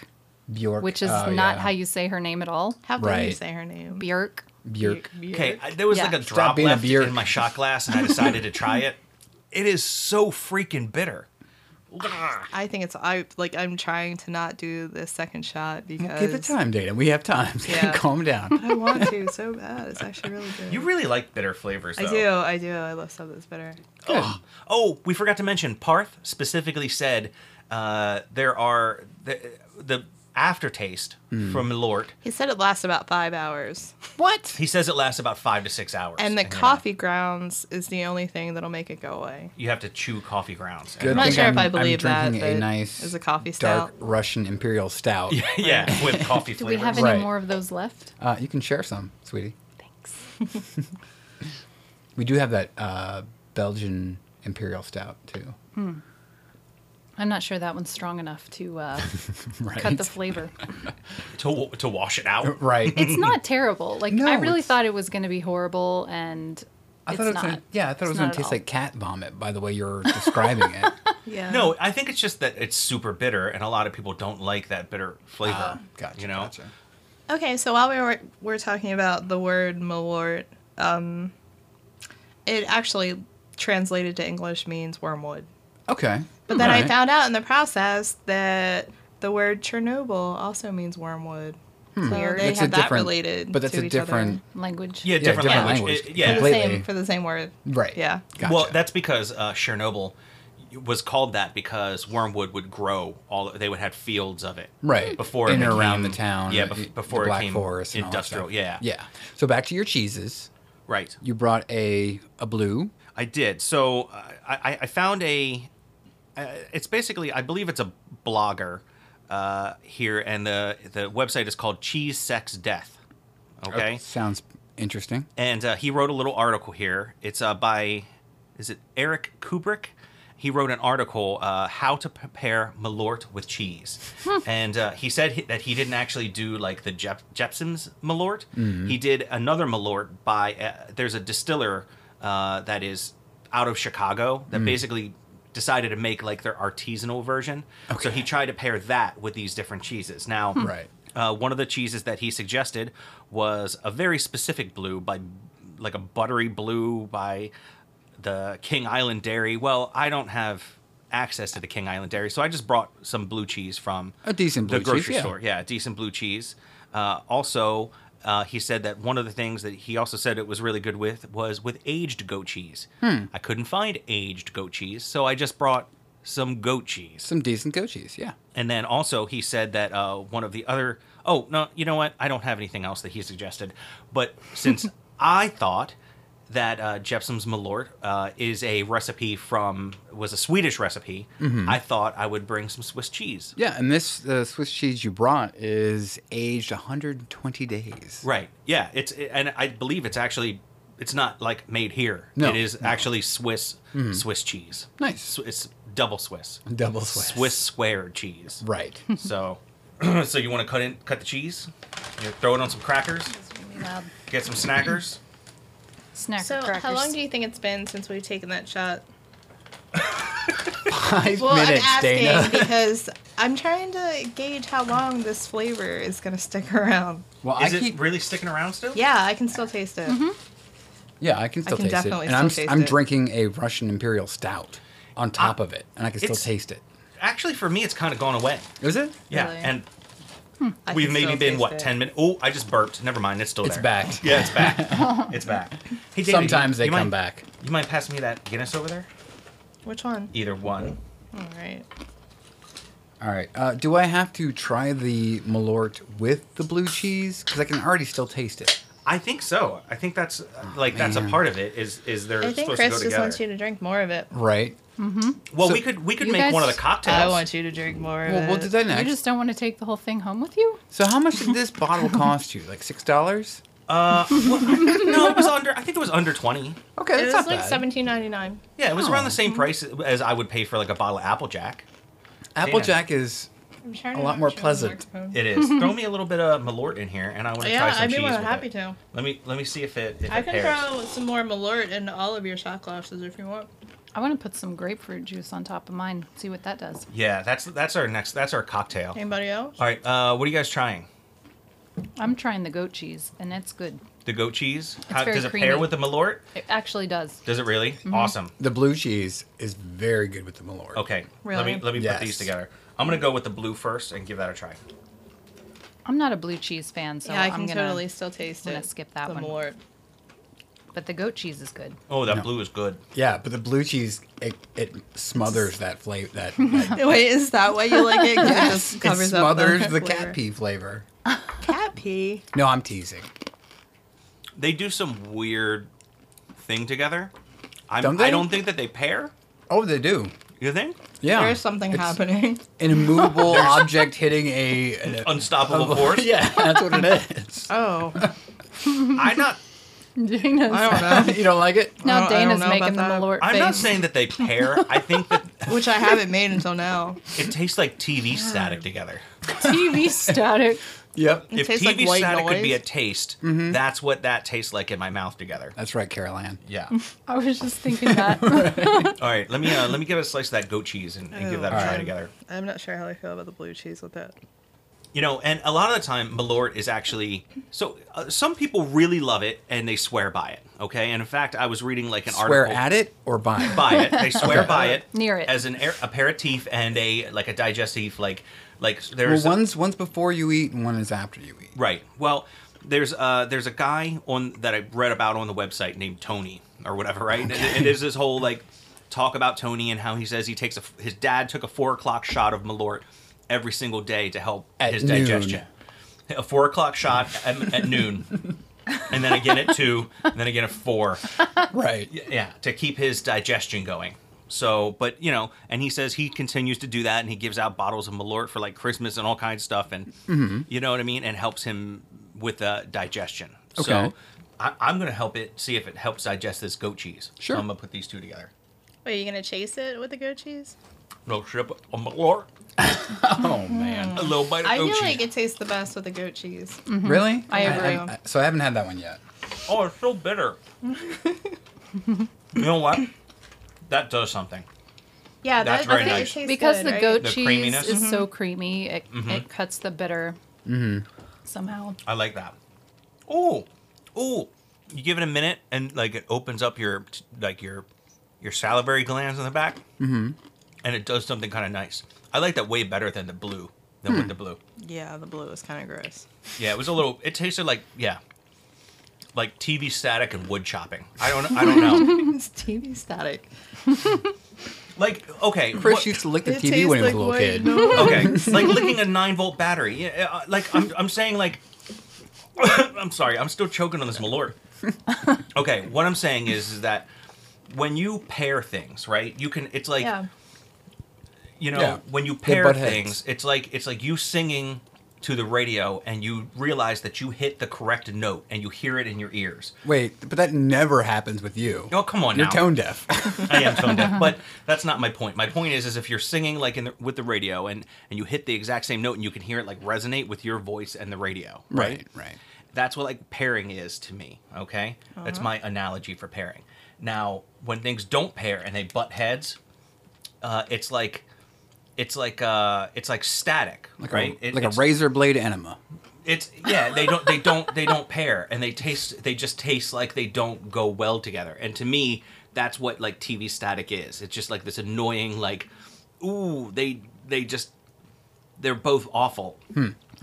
Bjork.
which is
Oh,
not
yeah.
how you say her name at all.
How dare you
Right.
say her name?
Bjork.
Bjork.
Okay, I- there was
Yeah.
like a
Stop
drop
being a
left
beer.
in my shot glass, and I decided to try it. It is so freaking bitter.
I think it's I like I'm trying to not do the second shot because
Give it time, Dana. We have time.
Yeah.
Calm down.
I want to so bad. It's actually really good.
You really like bitter flavors, though.
I do, I do. I love stuff that's bitter.
Oh, oh, we forgot to mention Parth specifically said uh, there are the, the aftertaste
Hmm.
from Malort.
He said it lasts about five hours,
What?
He says it lasts about five to six hours,
and the
you're not-
coffee grounds is the only thing that'll make it go away.
You have to chew coffee grounds.
Good
I'm not
thing
sure if I
I'm
believe that,
drinking
but
a nice
it's a coffee
dark
stout.
Russian imperial stout.
yeah, with coffee
Do
flavors.
we have any
Right.
more of those left?
Uh, you can share some, sweetie.
Thanks.
We do have that uh, Belgian imperial stout too.
I'm not sure that one's strong enough to uh,
Right.
cut the flavor.
to, wa- to wash it out?
right.
It's not terrible. Like
No,
I really
it's-
thought it was going to be horrible, and
I
it's
thought it was
not.
Gonna, yeah, I thought
It's
it was
not
going
at
to taste
all.
like cat vomit. By the way, you're describing it. Uh,
Yeah.
No, I think it's just that it's super bitter, and a lot of people don't like that bitter flavor.
Ah, gotcha.
You know,
gotcha.
Okay, so while we were we're talking about the word malort, um, it actually translated to English means wormwood.
Okay.
But then I
Alright.
found out in the process that the word Chernobyl also means wormwood. So
Weird.
they
That's
had
a
that
different-
related.
but that's
to
a
each other.
different-
language.
yeah, different,
different
language.
language.
It- yeah,
for the
Completely.
same for the same word.
Right.
Yeah.
Gotcha.
Well, that's because uh, Chernobyl was called that because wormwood would grow all. They would have fields of it,
right
Before it
in and around the
became-
town.
Yeah,
uh,
bef-
the
before it
Black
came
Forest and all that
industrial.
stuff.
Yeah,
Yeah. So back to your cheeses.
right.
You brought a a blue.
I did. So uh, I, I found a. Uh, it's basically, I believe it's a blogger uh, here, and the the website is called Cheese Sex Death. Okay,
Sounds interesting.
and uh, he wrote a little article here. It's uh, by, is it Eric Kubrick? He wrote an article, uh, "How to Prepare Malort with Cheese," and uh, he said he- that he didn't actually do like the Jep- Jepson's Malort. He did another Malort by uh, there's a distiller uh, that is out of Chicago that basically decided to make like their artisanal version. So he tried to pair that with these different cheeses. Now,
Right.
uh, one of the cheeses that he suggested was a very specific blue by like a buttery blue by the King Island Dairy. Well, I don't have access to the King Island Dairy, so I just brought some blue cheese from
A decent
the
blue cheese,
grocery
yeah.
store. Yeah, decent blue cheese. Uh, also, uh, he said that one of the things that he also said it was really good with was with aged goat cheese.
Hmm.
I couldn't find aged goat cheese, so I just brought some goat cheese.
Some decent goat cheese. Yeah.
And then also he said that uh, one of the other. Oh no, you know what? I don't have anything else that he suggested. But since I thought that uh, Jepsum's Malort uh, is a recipe from was a Swedish recipe.
Mm-hmm.
I thought I would bring some Swiss cheese.
Yeah, and this uh, Swiss cheese you brought is aged 120 days.
Right. Yeah. It's and I believe it's actually it's not like made here.
No,
it is
no. Mm-hmm.
actually Swiss Swiss cheese.
Nice.
Sw- It's double Swiss.
Double Swiss.
Swiss square cheese.
Right.
So, so you want to cut in cut the cheese, you throw it on some crackers,
Loud
get some snackers.
snacker
So,
crackers.
how long do you think it's been since we've taken that shot?
Five
Well,
minutes,
I'm asking
Dana.
because I'm trying to gauge how long this flavor is going to stick around.
Well,
Is
I
it
keep.
really sticking around still?
Yeah, I can still taste it.
yeah, I can still
can
taste
definitely
it. And I'm,
still taste
I'm
it.
drinking a Russian Imperial Stout on top
I-
of it, and I can
Ah.
still
it's-
taste it.
Actually, for me, it's kind of gone away.
Is it?
Yeah,
Really?
and
I
we've
can
maybe
still
been
taste
what
it.
ten minutes. Oh, I just burped. Never mind, it's still
It's
there.
back.
Yeah, it's back. it's back. Hey, David, you-
Sometimes they
you
come
mind-
back.
You mind passing me that Guinness over there?
Which one?
Either one.
All right.
All right. Uh, do I have to try the Malort with the blue cheese? Because I can already still taste it.
I think so. I think that's uh, like that's a
man.
part of it. Is is they're
I think
supposed
Chris
to go
just
together?
wants you to drink more of it.
Right.
well,
So-
we could we could
You
make
guys-
one of the
I
cocktails.
I want you to drink more of
Well,
it.
we'll do that
You
next.
just don't want to take the whole thing home with you?
So, how much did this bottle cost you? Like six dollars?
no, it was under. I think it was under twenty.
Okay,
It
that's
was
not
like
bad.
seventeen ninety nine.
Yeah, it was
Oh.
around the same price as I would pay for like a bottle of Applejack.
Applejack is
I'm trying
A lot more pleasant.
It is. Throw me a little bit of Malort in here, and I want to try
Hmm. Yeah,
some
I'd be
cheese.
more
with
happy
it.
to.
Let me let me see if it if
I
it
can
pairs.
throw some more Malort into all of your shot glasses if you want.
I want to put some grapefruit juice on top of mine. See what that does.
Yeah, that's that's our next that's our cocktail.
Anybody else?
All right, uh, what are you guys trying?
I'm trying the goat cheese, and it's good.
The goat cheese?
very
does it
creamy.
pair with the Malort?
It actually does.
Does it really?
Mm-hmm.
Awesome.
the blue cheese is very good with the Malort.
Okay, let
Really?
me let me
Yes.
put these together. I'm gonna go with the blue first and give that a try.
I'm not a blue cheese fan, so
yeah, I
I'm
can
gonna,
totally still taste
I'm
it.
gonna skip that
the
one.
Malort.
But the goat cheese is good.
Oh, that blue is good.
Yeah, but the blue cheese it, it smothers that flavor. That, that
Wait, is that why you like it? 'Cause it just
it
covers up
smothers the
flavor.
cat pee flavor.
Cat pee.
No, I'm teasing.
They do some weird thing together. I'm,
Don't they?
I don't think that they pair.
Oh, they do.
You think?
Yeah,
There's something
It's
happening.
An immovable object hitting a an,
Unstoppable force.
Oh, Yeah, that's what it is.
Oh,
I'm not.
I don't know.
you don't like it?
now
I don't- I don't
Dana's
know
making the
about
Malort
I'm
face.
not saying that they pair. I think that
Which I haven't made until now.
it tastes like TV static together.
TV static.
Yep.
If
tastes like
TV
white
static could be a
noise. Mm-hmm.
taste, that's what that tastes like in my mouth together.
That's right, Carol Ann.
Yeah.
I was just thinking that.
All right, let me uh, let me give a slice of that goat cheese and, and give that a
All
try
right.
together.
I'm not sure how I feel about the blue cheese with that.
You know, and a lot of the time, Malort is actually so. Uh, some people really love it and they swear by it. Okay, and in fact, I was reading like an
Swear
article
at it or buy it.
by it. They swear by it
Near it.
as an air, aperitif and a like a digestif. Like like
Well,
there's
one's one's before you eat and one is after you eat.
Right. Well, there's uh there's a guy on that I read about on the website named Tony or whatever, right? And, and there's this whole like talk about Tony and how he says he takes a his dad took a four o'clock shot of Malort every single day to help
At
his
noon.
digestion. A four o'clock shot at, at noon, and then again at two, and then again at four.
Right.
Yeah, to keep his digestion going. So, but you know, and he says he continues to do that, and he gives out bottles of Malort for like Christmas and all kinds of stuff, and
Mm-hmm.
you know what I mean, and helps him with uh, digestion.
Okay.
So, I, I'm gonna help it see if it helps digest this goat cheese.
Sure.
So I'm gonna put these two together.
Wait, you gonna chase it with the goat chease?
No ship on Malort,
Oh man.
a little bite of
I
goat
feel
cheese. Mm.
like it tastes the best with the goat cheese.
Really?
I agree.
I- so I haven't had that one yet.
Oh, it's so bitter. you know what? That does something.
Yeah,
That's
that,
very
I think
nice.
it tastes
because
good,
the
right? Mm-hmm.
goat
The
cheese
creaminess.
is so creamy, it, it cuts the bitter somehow.
I like that. Oh, oh! You give it a minute, and like it opens up your like your your salivary glands in the back, mm-hmm. and it does something kind of nice. I like that way better than the blue
Hmm.
than with the blue.
Yeah, the blue is kind of gross.
Yeah, it was a little. It tasted like yeah, like TV static and wood chopping. I don't I don't know.
it's TV static.
like okay,
Chris
what-
used to lick the
It
TV
tastes
when he was
like
a little
white
kid.
noise.
okay, like licking a nine volt uh, battery. Yeah, uh, like I'm I'm saying like. I'm sorry. I'm still choking on this Malort. Okay, what I'm saying is, is that when you pair things, right? You can. It's like
yeah.
you know
Yeah.
when you
They
pair
butt heads.
things, it's like it's like you singing to the radio and you realize that you hit the correct note and you hear it in your ears.
Wait, but that never happens with you.
Oh, come on
You're
now.
tone deaf.
I am tone deaf, but that's not my point. My point is, is if you're singing like in the, with the radio and and you hit the exact same note and you can hear it like resonate with your voice and the radio,
right, right.
That's what like pairing is to me. Okay, that's my analogy for pairing. Now, when things don't pair and they butt heads, uh, it's like it's like uh, it's like static,
Like
right?
a,
It-
like a
it's-
razor blade enema.
it's yeah they don't they don't they don't pair and they taste they just taste like they don't go well together and to me that's what like tv static is it's just like this annoying like ooh they they just they're both awful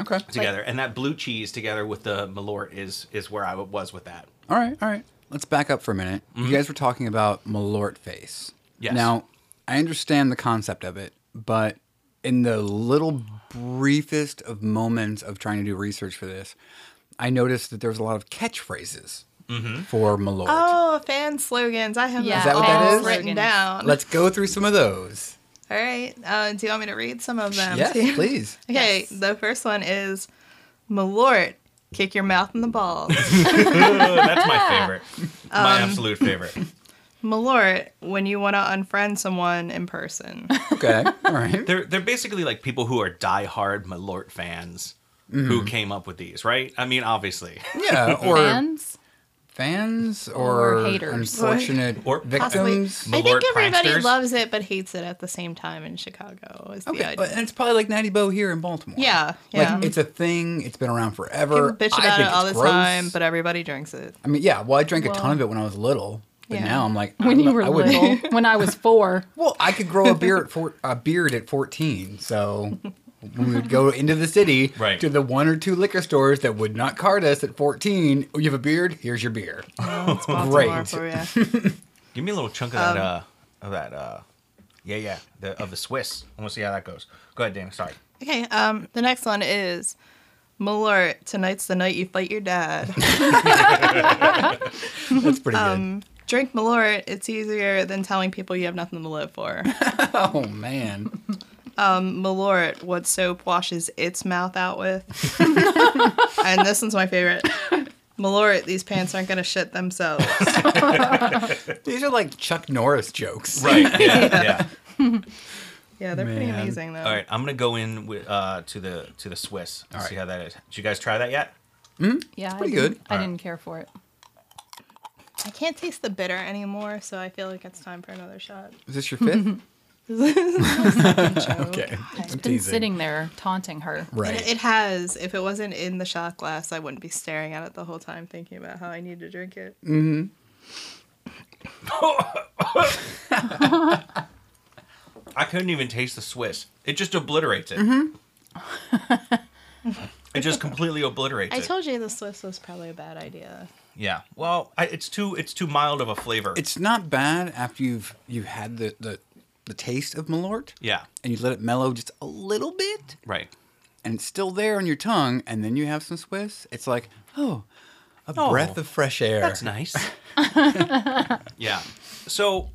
Okay.
together and that blue cheese together with the malort is is where i was with that
All right, all right. Let's back up for a minute. You guys were talking about Malort face.
Mm-hmm. Yes.
Now, I understand the concept of it, but in the little briefest of moments of trying to do research for this, I noticed that there was a lot of catchphrases
Mm-hmm.
for Malort.
Oh, fan slogans. I have
Yeah,
yeah,
Is that what that is?
written
slogans.
down.
Let's go through some of those.
All right. Uh, do you want me to read some of
Um,
them?
yes,
to you?
please.
Okay,
Yes.
the first one is Malort, kick your mouth in the balls.
that's my favorite my absolute favorite
Malort, when you want to unfriend someone in person.
Okay. All right.
they're they're basically like people who are diehard malort fans who came up with these right i mean obviously
Yeah, or
Fans?
fans or,
Or haters.
unfortunate
Or-
Possibly.
victims.
I
Malort
think everybody
pranksters?
loves it but hates it at the same time in Chicago. Is the
Okay,
idea.
but and it's probably like Natty Bo here in Baltimore.
yeah, yeah.
Like it's a thing. It's been around forever.
People bitch
I
about
think
it all the
it's gross.
time, but everybody drinks it.
I mean, yeah. Well, I drank a
Well-
ton of it when I was little, but
Yeah.
now I'm like, I
When
don't
you
know,
were
I wouldn't-
little, when I was four.
Well, I could grow a beard at four, a beard at 14, so when we would go into the city
Right.
to the one or two liquor stores that would not card us at 14. Oh, you have a beard? Here's your beer.
It's Baltimore
Great.
for you.
Give me a little chunk of
Um,
that. uh, of that. Uh, yeah, yeah. The, of the Swiss. I want to see how that goes. Go ahead, Dan. Sorry.
Okay, um, the next one is Malort, tonight's the night you fight your dad.
That's pretty
Um, drink Malort, it's easier than telling people you have nothing to live for.
good. Oh man,
Malort, what soap washes its mouth out with. and this one's my favorite. Malort, these pants aren't going to shit themselves.
these are like Chuck Norris jokes.
Right. Yeah. yeah.
Yeah, they're pretty
Man.
amazing, though.
All right. I'm gonna go in with uh, to the to the Swiss. and
All
See
right.
how that is. Did you guys try that yet?
Yeah,
pretty
I didn't,
good.
I
Alright.
didn't care for it.
I can't taste the bitter anymore, so I feel like it's time for another shot.
Is this your fifth? okay,
It's been sitting there taunting her.
And
Right.
It, it has. If it wasn't in the shot glass, I wouldn't be staring at it the whole time thinking about how I need to drink it.
Mm.
I couldn't even taste the Swiss. It just obliterates it.
Mm-hmm.
it just completely obliterates
I
it.
told you the Swiss was probably a bad idea.
yeah. Well, I, it's too it's too mild of a flavor.
It's not bad after you've you've had the the, the taste of Malort.
yeah.
and you let it mellow just a little bit,
Right.
and it's still there on your tongue, and then you have some Swiss, it's like, oh, a
Oh,
breath of fresh air.
That's nice. yeah. So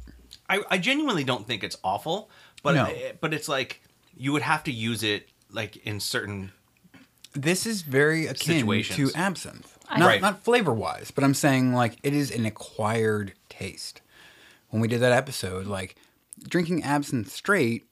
I, I genuinely don't think it's awful, but
No.
but it's like you would have to use it like in certain
This is very akin
Situations.
to absinthe.
I-
not
Right.
not flavor wise, but I'm saying like it is an acquired taste. When we did that episode, like drinking absinthe straight,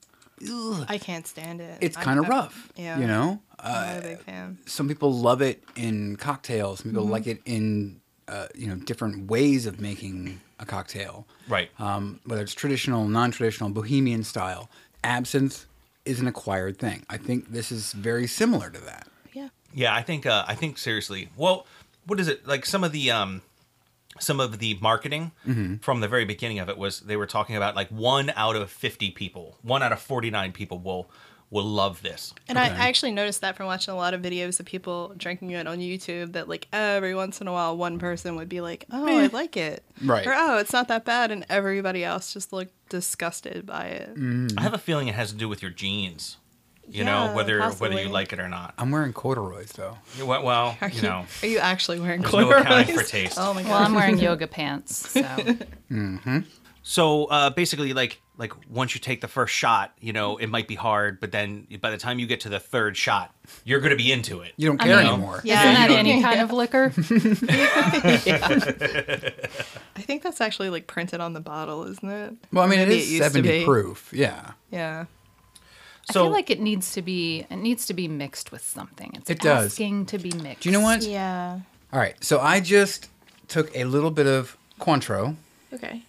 ugh,
I can't stand it.
it's
I-
kind of
I-
rough.
Yeah.
you know.
I'm not a big fan.
some people love it in cocktails. Some
Mm-hmm.
people like it in uh, you know different ways of making a cocktail.
Right.
Um, whether it's traditional, non-traditional, bohemian style, absinthe is an acquired thing. I think this is very similar to that.
Yeah.
Yeah, I think uh, I think seriously. Well, what is it like? Some of the um, some of the marketing from the very beginning of it was they were talking about like one out of fifty people, one out of forty nine people will will love this.
And I, I actually noticed that from watching a lot of videos of people drinking it on YouTube that like every once in a while one person would be like, "Oh, I like it."
Right.
Or "Oh, it's not that bad." And everybody else just looked disgusted by it.
Mm, I have a feeling it has to do with your genes. You
Yeah,
know whether whether
possibly.
you like it or not.
I'm wearing corduroys though.
You- Well, well,
Are
you
you,
know,
are you actually wearing
There's no accounting
corduroys?
for taste.
Oh my god.
Well, I'm wearing yoga pants, so
So uh, basically, like like once you take the first shot, you know it might be hard, but then by the time you get to the third shot, you're gonna be into it.
You don't
I
care
mean,
anymore.
yeah.
isn't that
you
any
don't-
kind of liquor?
I think that's actually like printed on the bottle, isn't it?
Well, I mean, it
Maybe
is
used to
70
be.
proof. Yeah.
Yeah.
I
So
feel like it needs to be it needs to be mixed with something. It's
It does.
asking to be mixed.
Do you know what?
Yeah.
All right. So I just took a little bit of Cointreau,
Okay.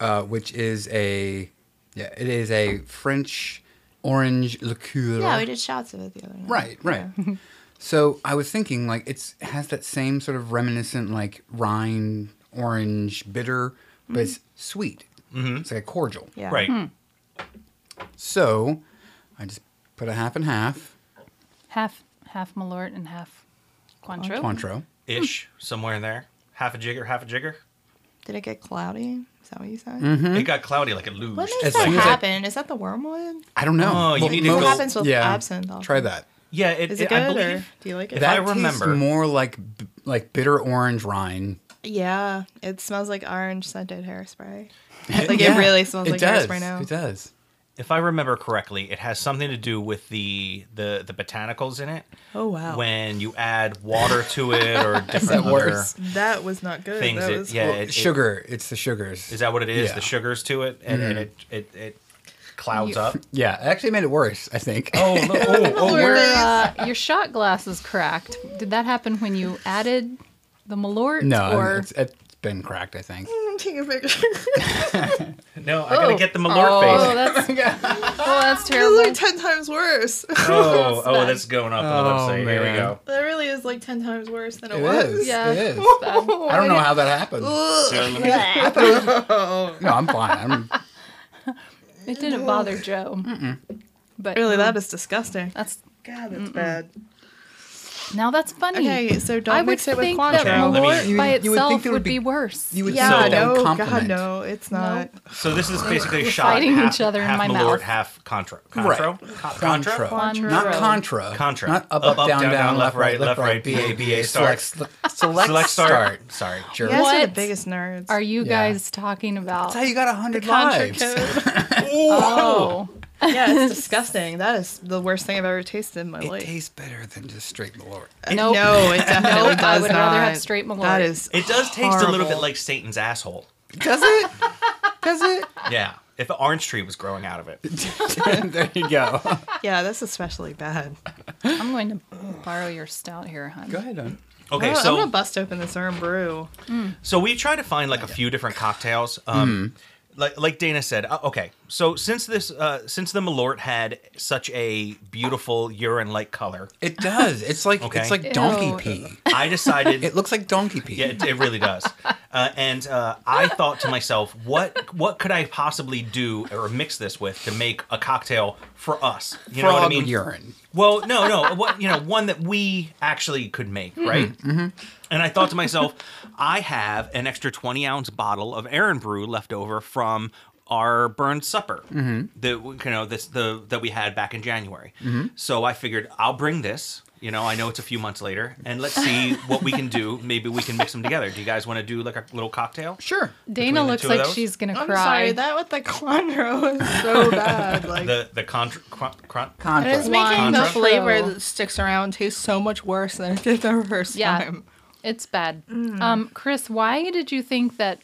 uh, which is a yeah, it is a French orange liqueur.
Yeah, we did shots of it the other night.
Right, right. so I was thinking, like, it's it has that same sort of reminiscent, like Rhine orange bitter, but it's
Mm-hmm.
sweet. It's like a cordial.
Yeah.
right,
So I just put a half and half
Half half Malort and half Cointreau.
Cointreau.
ish somewhere in there, half a jigger, half a jigger.
Did it get cloudy? Is that what you said?
Mm-hmm.
It got cloudy, Mm-hmm. like it loosed.
What
As
makes
soon
that
as I-
happen? Is that the wormwood?
I don't know.
Oh, you need to
What
go-
happens with absinthe? often?
Try that.
yeah, it,
Is it
I
good or
believe
do you like
If
it?
I
That tastes
remember-
more like b- like bitter orange Rhine.
yeah, it smells like orange scented hairspray. Like
Yeah,
it really smells like
does.
hairspray now.
It does.
if I remember correctly, it has something to do with the the the botanicals in it.
Oh, wow.
When you add water to it or
that
different other
worse?
That was not good.
things,
that
it,
was
yeah,
Well,
it, it,
sugar. it's the sugars.
Is that what it is?
Yeah. Mm-hmm.
The sugars to it, and, and it, it it clouds
You-
up.
yeah, it actually made it worse. I think.
Oh, no, oh, oh,
Your,
we're-
uh, your shot glass is cracked. Did that happen when you added the Malort?
no,
or
it's, it's been cracked. I think.
I'm taking a picture.
no! I gotta
Oh.
get the Malort
oh,
face.
that's oh, that's
It's like
terrible.
10 times worse.
Oh,
that's
oh,
bad.
that's going up on
Oh,
the website. Here
man.
we go.
that really is like 10 times worse than it,
It
was.
is.
Yeah.
It is.
It's bad.
I don't know how that happened. No, I'm fine. I'm,
It didn't bother Joe. But
Really, that is disgusting.
that's
God, that's bad.
now that's funny.
Okay, so don't
I would
mix it with
think that
Okay, let
Cointreau.
me-
Malort
You
by
would- you would
itself
think there
would,
would
be,
be-
worse.
you would
Yeah,
think that
no,
would
God,
compliment.
no, it's not.
So this is basically a
We're
shot.
fighting
half,
each other in
half
my
Malort,
mouth.
half Contra.
Right.
Contra.
Contra.
Contra.
Not contra.
Contra.
Not up, up, down, down, left, right, left, right,
B, A,
BA,
B, A,
BA,
start.
select, select,
Select
start.
start. Sorry.
Jerk.
You guys are
What?
the biggest nerds.
Are you
Yeah.
guys talking
That's
about?
how you got 100
Contra
lives.
code.
oh,
yeah, it's disgusting. That is the worst thing I've ever tasted in my
It
life.
tastes better than just straight Malort.
Nope.
No, it definitely
Nope,
does
I would
not.
rather have straight Malort.
That is.
It does taste a little bit
horrible.
like Satan's asshole.
Does it? Does it?
Yeah. If an orange tree was growing out of it.
there you go.
Yeah, that's especially bad.
I'm going to borrow your stout here, hon.
Go ahead, Don.
Uh,
Okay,
I'm,
so
gonna bust open this Urn Brew.
So we tried to find like a few different cocktails. Um,
Mm-hmm.
like, like Dana said, uh, okay. So since this, uh, since the Malort had such a beautiful urine-like color,
It does. It's like
Okay.
it's like donkey
Ew.
pee.
I decided.
It looks like donkey pee.
yeah, it, it really does. Uh, and uh, I thought to myself, what what could I possibly do or mix this with to make a cocktail for us? You know what I
Frog
mean?
urine.
Well, no, no. What you know, one that we actually could make,
Mm-hmm.
right? And I thought to myself, I have an extra twenty ounce bottle of Aaron Brew left over from our burned supper
Mm-hmm.
that we- you know this the that we had back in January.
Mm-hmm.
So I figured I'll bring this. You know, I know it's a few months later, and let's see what we can do. Maybe we can mix them together. Do you guys want to do like a little cocktail?
Sure.
Dana
the
looks
two of
like
those?
she's gonna
I'm
cry.
sorry, that with the Cointreau is so bad. Like,
The the contra, cron, cron,
and it's
Contra.
making the
Cointreau.
flavor that sticks around taste so much worse than it did the first
yeah,
time.
it's bad.
Mm.
Um, Chris, why did you think that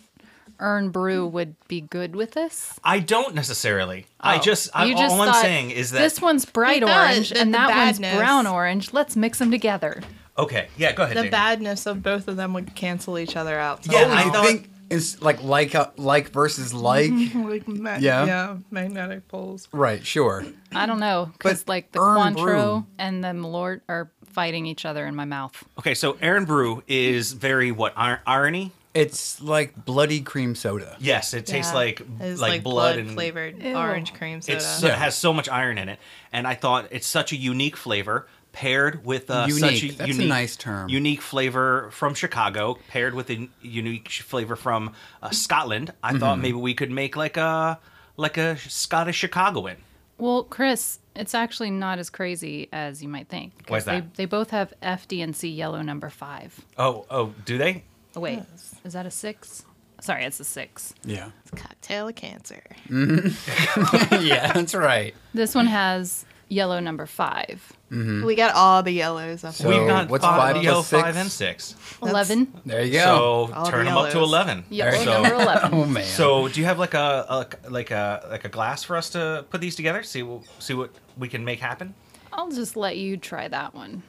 Urn Brew would be good with this?
I don't necessarily. I
Oh.
just I,
You just
all I'm
thought,
saying is that
this one's bright
He thought
orange
that
and
the
that
badness-
one's brown orange. Let's mix them together.
okay. Yeah, go ahead.
The
Dana.
badness of both of them would cancel each other out.
Yeah, I
I
thought-
think it's like like uh, like versus like.
like ma-
Yeah.
yeah. magnetic poles.
right. Sure.
I don't know because
But
like the
Urn
Cointreau
Brew-
and the Malort are fighting each other in my mouth.
Okay, so Aaron Brew is very what ir- irony?
It's like bloody cream soda.
Yes, it tastes
Yeah.
like like,
It's like,
blood,
blood,
and
flavored
Ew.
orange cream soda.
It's so,
Yeah.
has so much iron in it, and I thought it's such a unique flavor paired with uh, such a
Unique. That's a
unique
nice term.
Unique flavor from Chicago paired with a n- unique sh- flavor from
Mm-hmm.
uh, Scotland. I thought maybe we could make like a like a Scottish Chicagoan.
Well, Chris, it's actually not as crazy as you might think. 'cause
Why's
they,
that?
They both have FDNC yellow number five.
Oh, oh, do they?
Oh, wait, is that a six? Sorry, it's a six.
Yeah.
Cocktail of cancer.
yeah, that's right.
This one has yellow number five.
We got all the yellows up.
So-
there.
We've got
what's
five,
five
five,
plus
yellow,
six?
five, and six.
Eleven.
There you go.
So
All the
turn them up to
yellows.
eleven.
Yellow
There you go.
number eleven.
oh man.
So do you have like a, a like a like a glass for us to put these together? See what see what we can make happen.
I'll just let you try that one.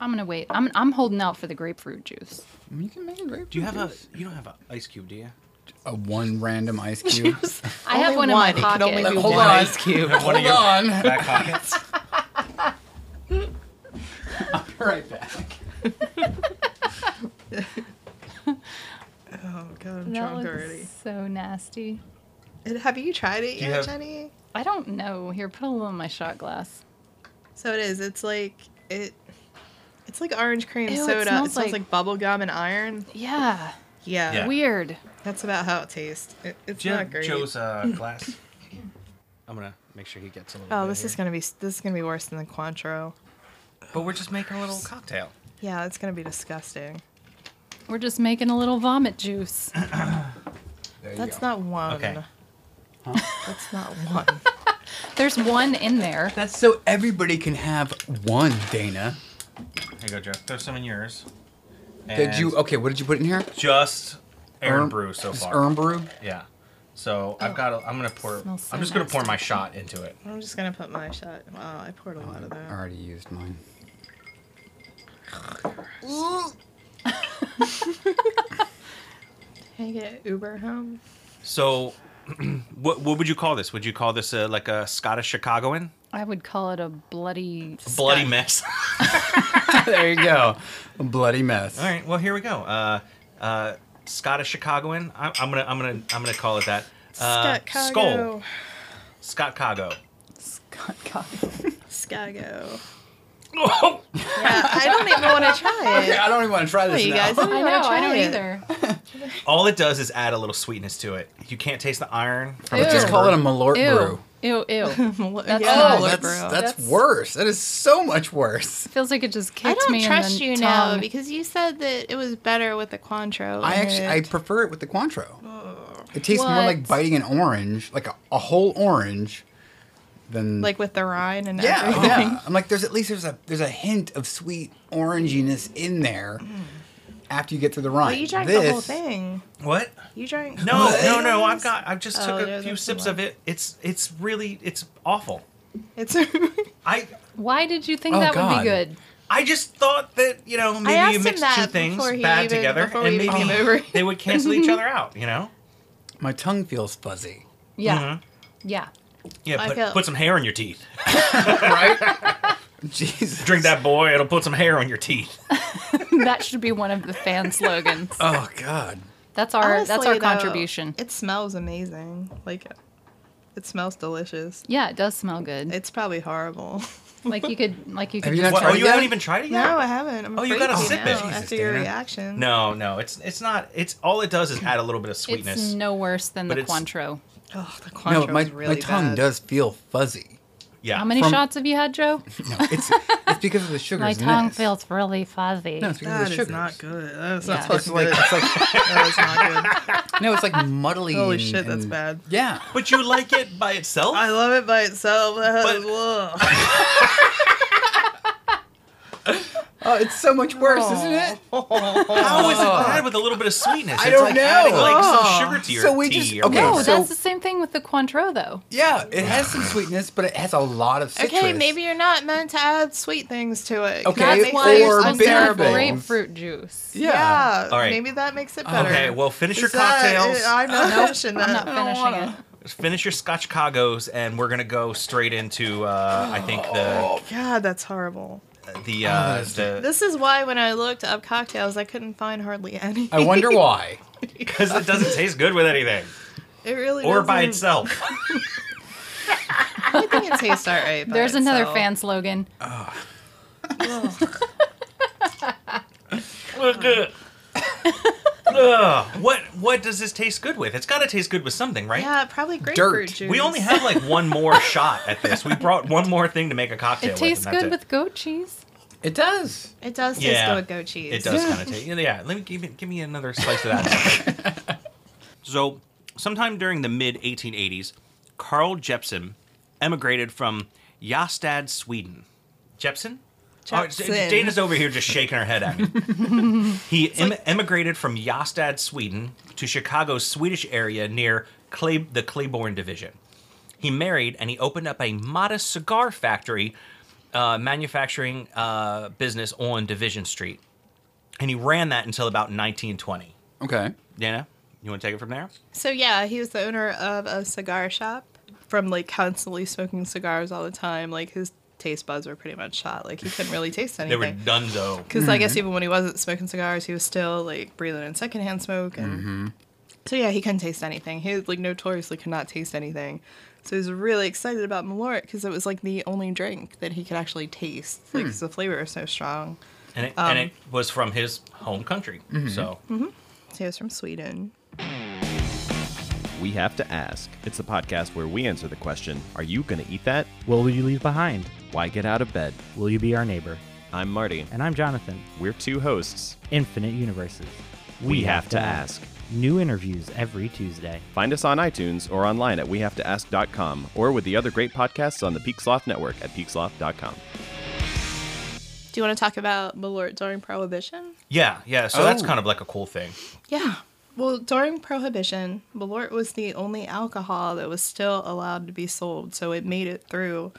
I'm gonna wait. I'm I'm holding out for the grapefruit juice.
you can make a grape.
Do you have a you don't have an ice cube, do you?
a one random ice cube?
I
Only
have one in my
It could only
pocket.
be
Hold
one
on.
ice cube.
One of
Hold
your
on.
back pockets.
right back.
Oh god, I'm
That
drunk
looks
already.
so nasty.
And Have you tried it
you
yet,
have-
Jenny?
I don't know. Here, put a little in my shot glass.
So it is. It's like it. It's like orange cream
Ew, it
soda. It smells,
smells
like,
like-
bubble gum and iron.
Yeah.
Yeah,
Yeah.
Weird.
that's about how it tastes. It, it's
Do you
not
have
great.
Joe's uh, glass? I'm gonna make sure he gets a little.
oh,
bit
this
here.
is gonna be this is gonna be worse than the Cointreau.
But we're just making a little cocktail.
Yeah, it's gonna be disgusting.
We're just making a little vomit juice.
There
That's
you
not one.
Okay.
That's not one.
There's one in there.
That's so everybody can have one, Dana.
Here you go, Joe. Throw some in yours.
Did
And
you? Okay, what did you put in here?
just Aaron
Erm-
brew so
Just
far?
Erm brew.
Yeah. So
Oh,
I've got. A, I'm gonna pour. I'm
Smells so
just gonna pour
nasty.
my shot into it.
I'm just gonna put my shot. Wow, I poured a lot of
I
that.
already used mine.
Can you get Uber home?
So, what what would you call this? Would you call this uh like a Scottish Chicagoan?
I would call it a bloody.
Bloody mess.
there you go. A bloody mess.
All right. Well, here we go. Uh, uh, Scottish Chicagoan. I'm, I'm gonna I'm gonna I'm gonna call it that. Uh, Skull.
Skago.
Scott Cago.
Scott coffee.
Skago.
Oh,
Yeah, I don't even want to try
Okay,
it.
I don't even want to try
Well,
this
you
now.
guys, I don't,
I
even wanna
know. I
try
don't
it.
either.
All it does is add a little sweetness to it. You can't taste the iron. From
Ew.
the
Just call it a Malort brew. Oh,
Ew. Ew. Ew.
Well,
That's
yeah,
not-
Miller
that's,
Bro.
that's
That's-
worse. That is so much worse.
Feels like it just kicked
I don't
me
trust
in the
you
tongue.
now because you said that it was better with the Cointreau.
I
in
actually I
it.
prefer it with the Cointreau. It tastes more like
What?
biting an orange, like a, a whole orange, than
like with the rind and
yeah,
everything.
yeah. I'm like, there's at least there's a there's a hint of sweet oranginess in there after you get through the rind.
Mm. But you drank
this,
the whole thing.
What?
You drank.
No, no, no. I've got. I've just
Oh,
took
yeah,
a few
that's the
sips
one.
of it. It's it's really it's awful.
It's.
I
Why did you think
Oh,
that would
God.
be good?
I just thought that you know maybe
asked
you
him
mixed
that
two things
before he
bad
even-
together
before
and
we even
maybe
came over.
they would cancel each other out. You know.
My tongue feels fuzzy.
Yeah.
Mm-hmm.
Yeah.
Yeah,
I
put,
feel-
put some hair on your teeth.
Right? Jesus.
Drink that, boy. It'll put some hair on your teeth.
that should be one of the fan slogans.
Oh God.
That's our that's
Honestly,
our
though,
contribution.
It smells amazing. Like, it smells delicious.
Yeah, it does smell good.
It's probably horrible.
like you could like you
Have
could
you
just
What,
not
oh, you
tried yet?
haven't even tried it yet?
No, I haven't. I'm
Oh, you
afraid
gotta
to
sip it.
now
Jesus,
after your
Dana.
reaction.
No, no, it's it's not. It's all it does is add a little bit of sweetness.
it's no worse than
But
the
it's-
Cointreau.
Oh, the
No,
Cointreau
my
is really
my tongue
bad.
does feel fuzzy.
yeah.
How many
From-
shots have you had, Joe?
No, it's it's because of the sugars.
My
in
tongue
this.
feels really fuzzy.
No, it's because of
That
the
is
sugars.
not good. That's
Yeah.
not
It's
fucking
like
good.
it's like
that is not good.
No, it's like muddly.
Holy
and-
shit, that's
and-
bad.
Yeah.
But you like it by itself?
I love it by itself.
But-
Ugh.
Oh, it's so much worse, isn't it?
How is it bad with a little bit of sweetness?
I
it's
don't
like
know.
adding like
Oh.
some sugar to your
So we
tea.
just-
or
okay.
no,
whatever.
so-
that's the same thing with the Cointreau though.
Yeah, it has some sweetness, but it has a lot of citrus.
Okay, maybe you're not meant to add sweet things to it. 'cause
Okay,
that
it-
makes
Why
it
or
it's
something
bitter
considered
different.
balls.
grapefruit juice.
Yeah.
Yeah,
All right.
maybe that makes it better.
Okay, well, finish your
Is
eh,
that-
cocktails.
I'm not finishing that.
I'm not finishing it.
Finish your Scotch Cagos, and we're gonna go straight into uh, I think the
God, that's horrible.
the
Oh,
uh, the
This is why when I looked up cocktails, I couldn't find hardly any.
I wonder why.
because it doesn't taste good with anything
It really
or by
doesn't-
itself.
I think it tastes all right. by
There's another
itself.
fan slogan.
Ugh, what what does this taste good with? It's got to taste good with something, right?
Yeah, probably
Dirt.
grapefruit juice.
We only have like one more shot at this. We brought one more thing to make a cocktail.
It
with,
tastes
and that's
good
it.
with goat cheese.
It does.
It does taste
Yeah,
good with goat cheese.
It does kind of taste. Yeah, let me give me, give me another slice of that. so, sometime during the mid 1880s, Carl Jepsen emigrated from Jastad, Sweden. Jepsen? Oh, it's-
Jepsen.
Dana's over here just shaking her head at me. he em- emigrated from Jastad, Sweden, to Chicago's Swedish area near Clay- the Claiborne division. He married and he opened up a modest cigar factory uh, manufacturing uh, business on Division Street. And he ran that until about 1920.
Okay.
Dana, you want to take it from there?
So yeah, he was the owner of a cigar shop. From like constantly smoking cigars all the time, like his taste buds were pretty much shot. Like he couldn't really taste
They were Mm-hmm.
anything.
done though.
Because I guess even when he wasn't smoking cigars, he was still like breathing in secondhand smoke, and
Mm-hmm.
so yeah, he couldn't taste anything. He like notoriously could not taste anything. So he was really excited about Malort because it was like the only drink that he could actually taste,
Hmm.
like 'cause the flavor was so strong.
And it, and it was from his home country. So,
So he was from Sweden.
We Have to Ask. It's the podcast where we answer the question Are you going to eat that?
What will you leave behind?
Why get out of bed?
Will you be our neighbor?
I'm Marty.
And I'm Jonathan.
We're two hosts.
Infinite universes.
We have to ask.
New interviews every Tuesday.
Find us on iTunes or online at wehavetoask.com or with the other great podcasts on the Peaksloft Network at peaksloft.com.
Do you want to talk about Malort during Prohibition?
yeah, yeah. So that's
Oh.
kind of like a cool thing.
Yeah. Well, during Prohibition, Malort was the only alcohol that was still allowed to be sold, so it made it through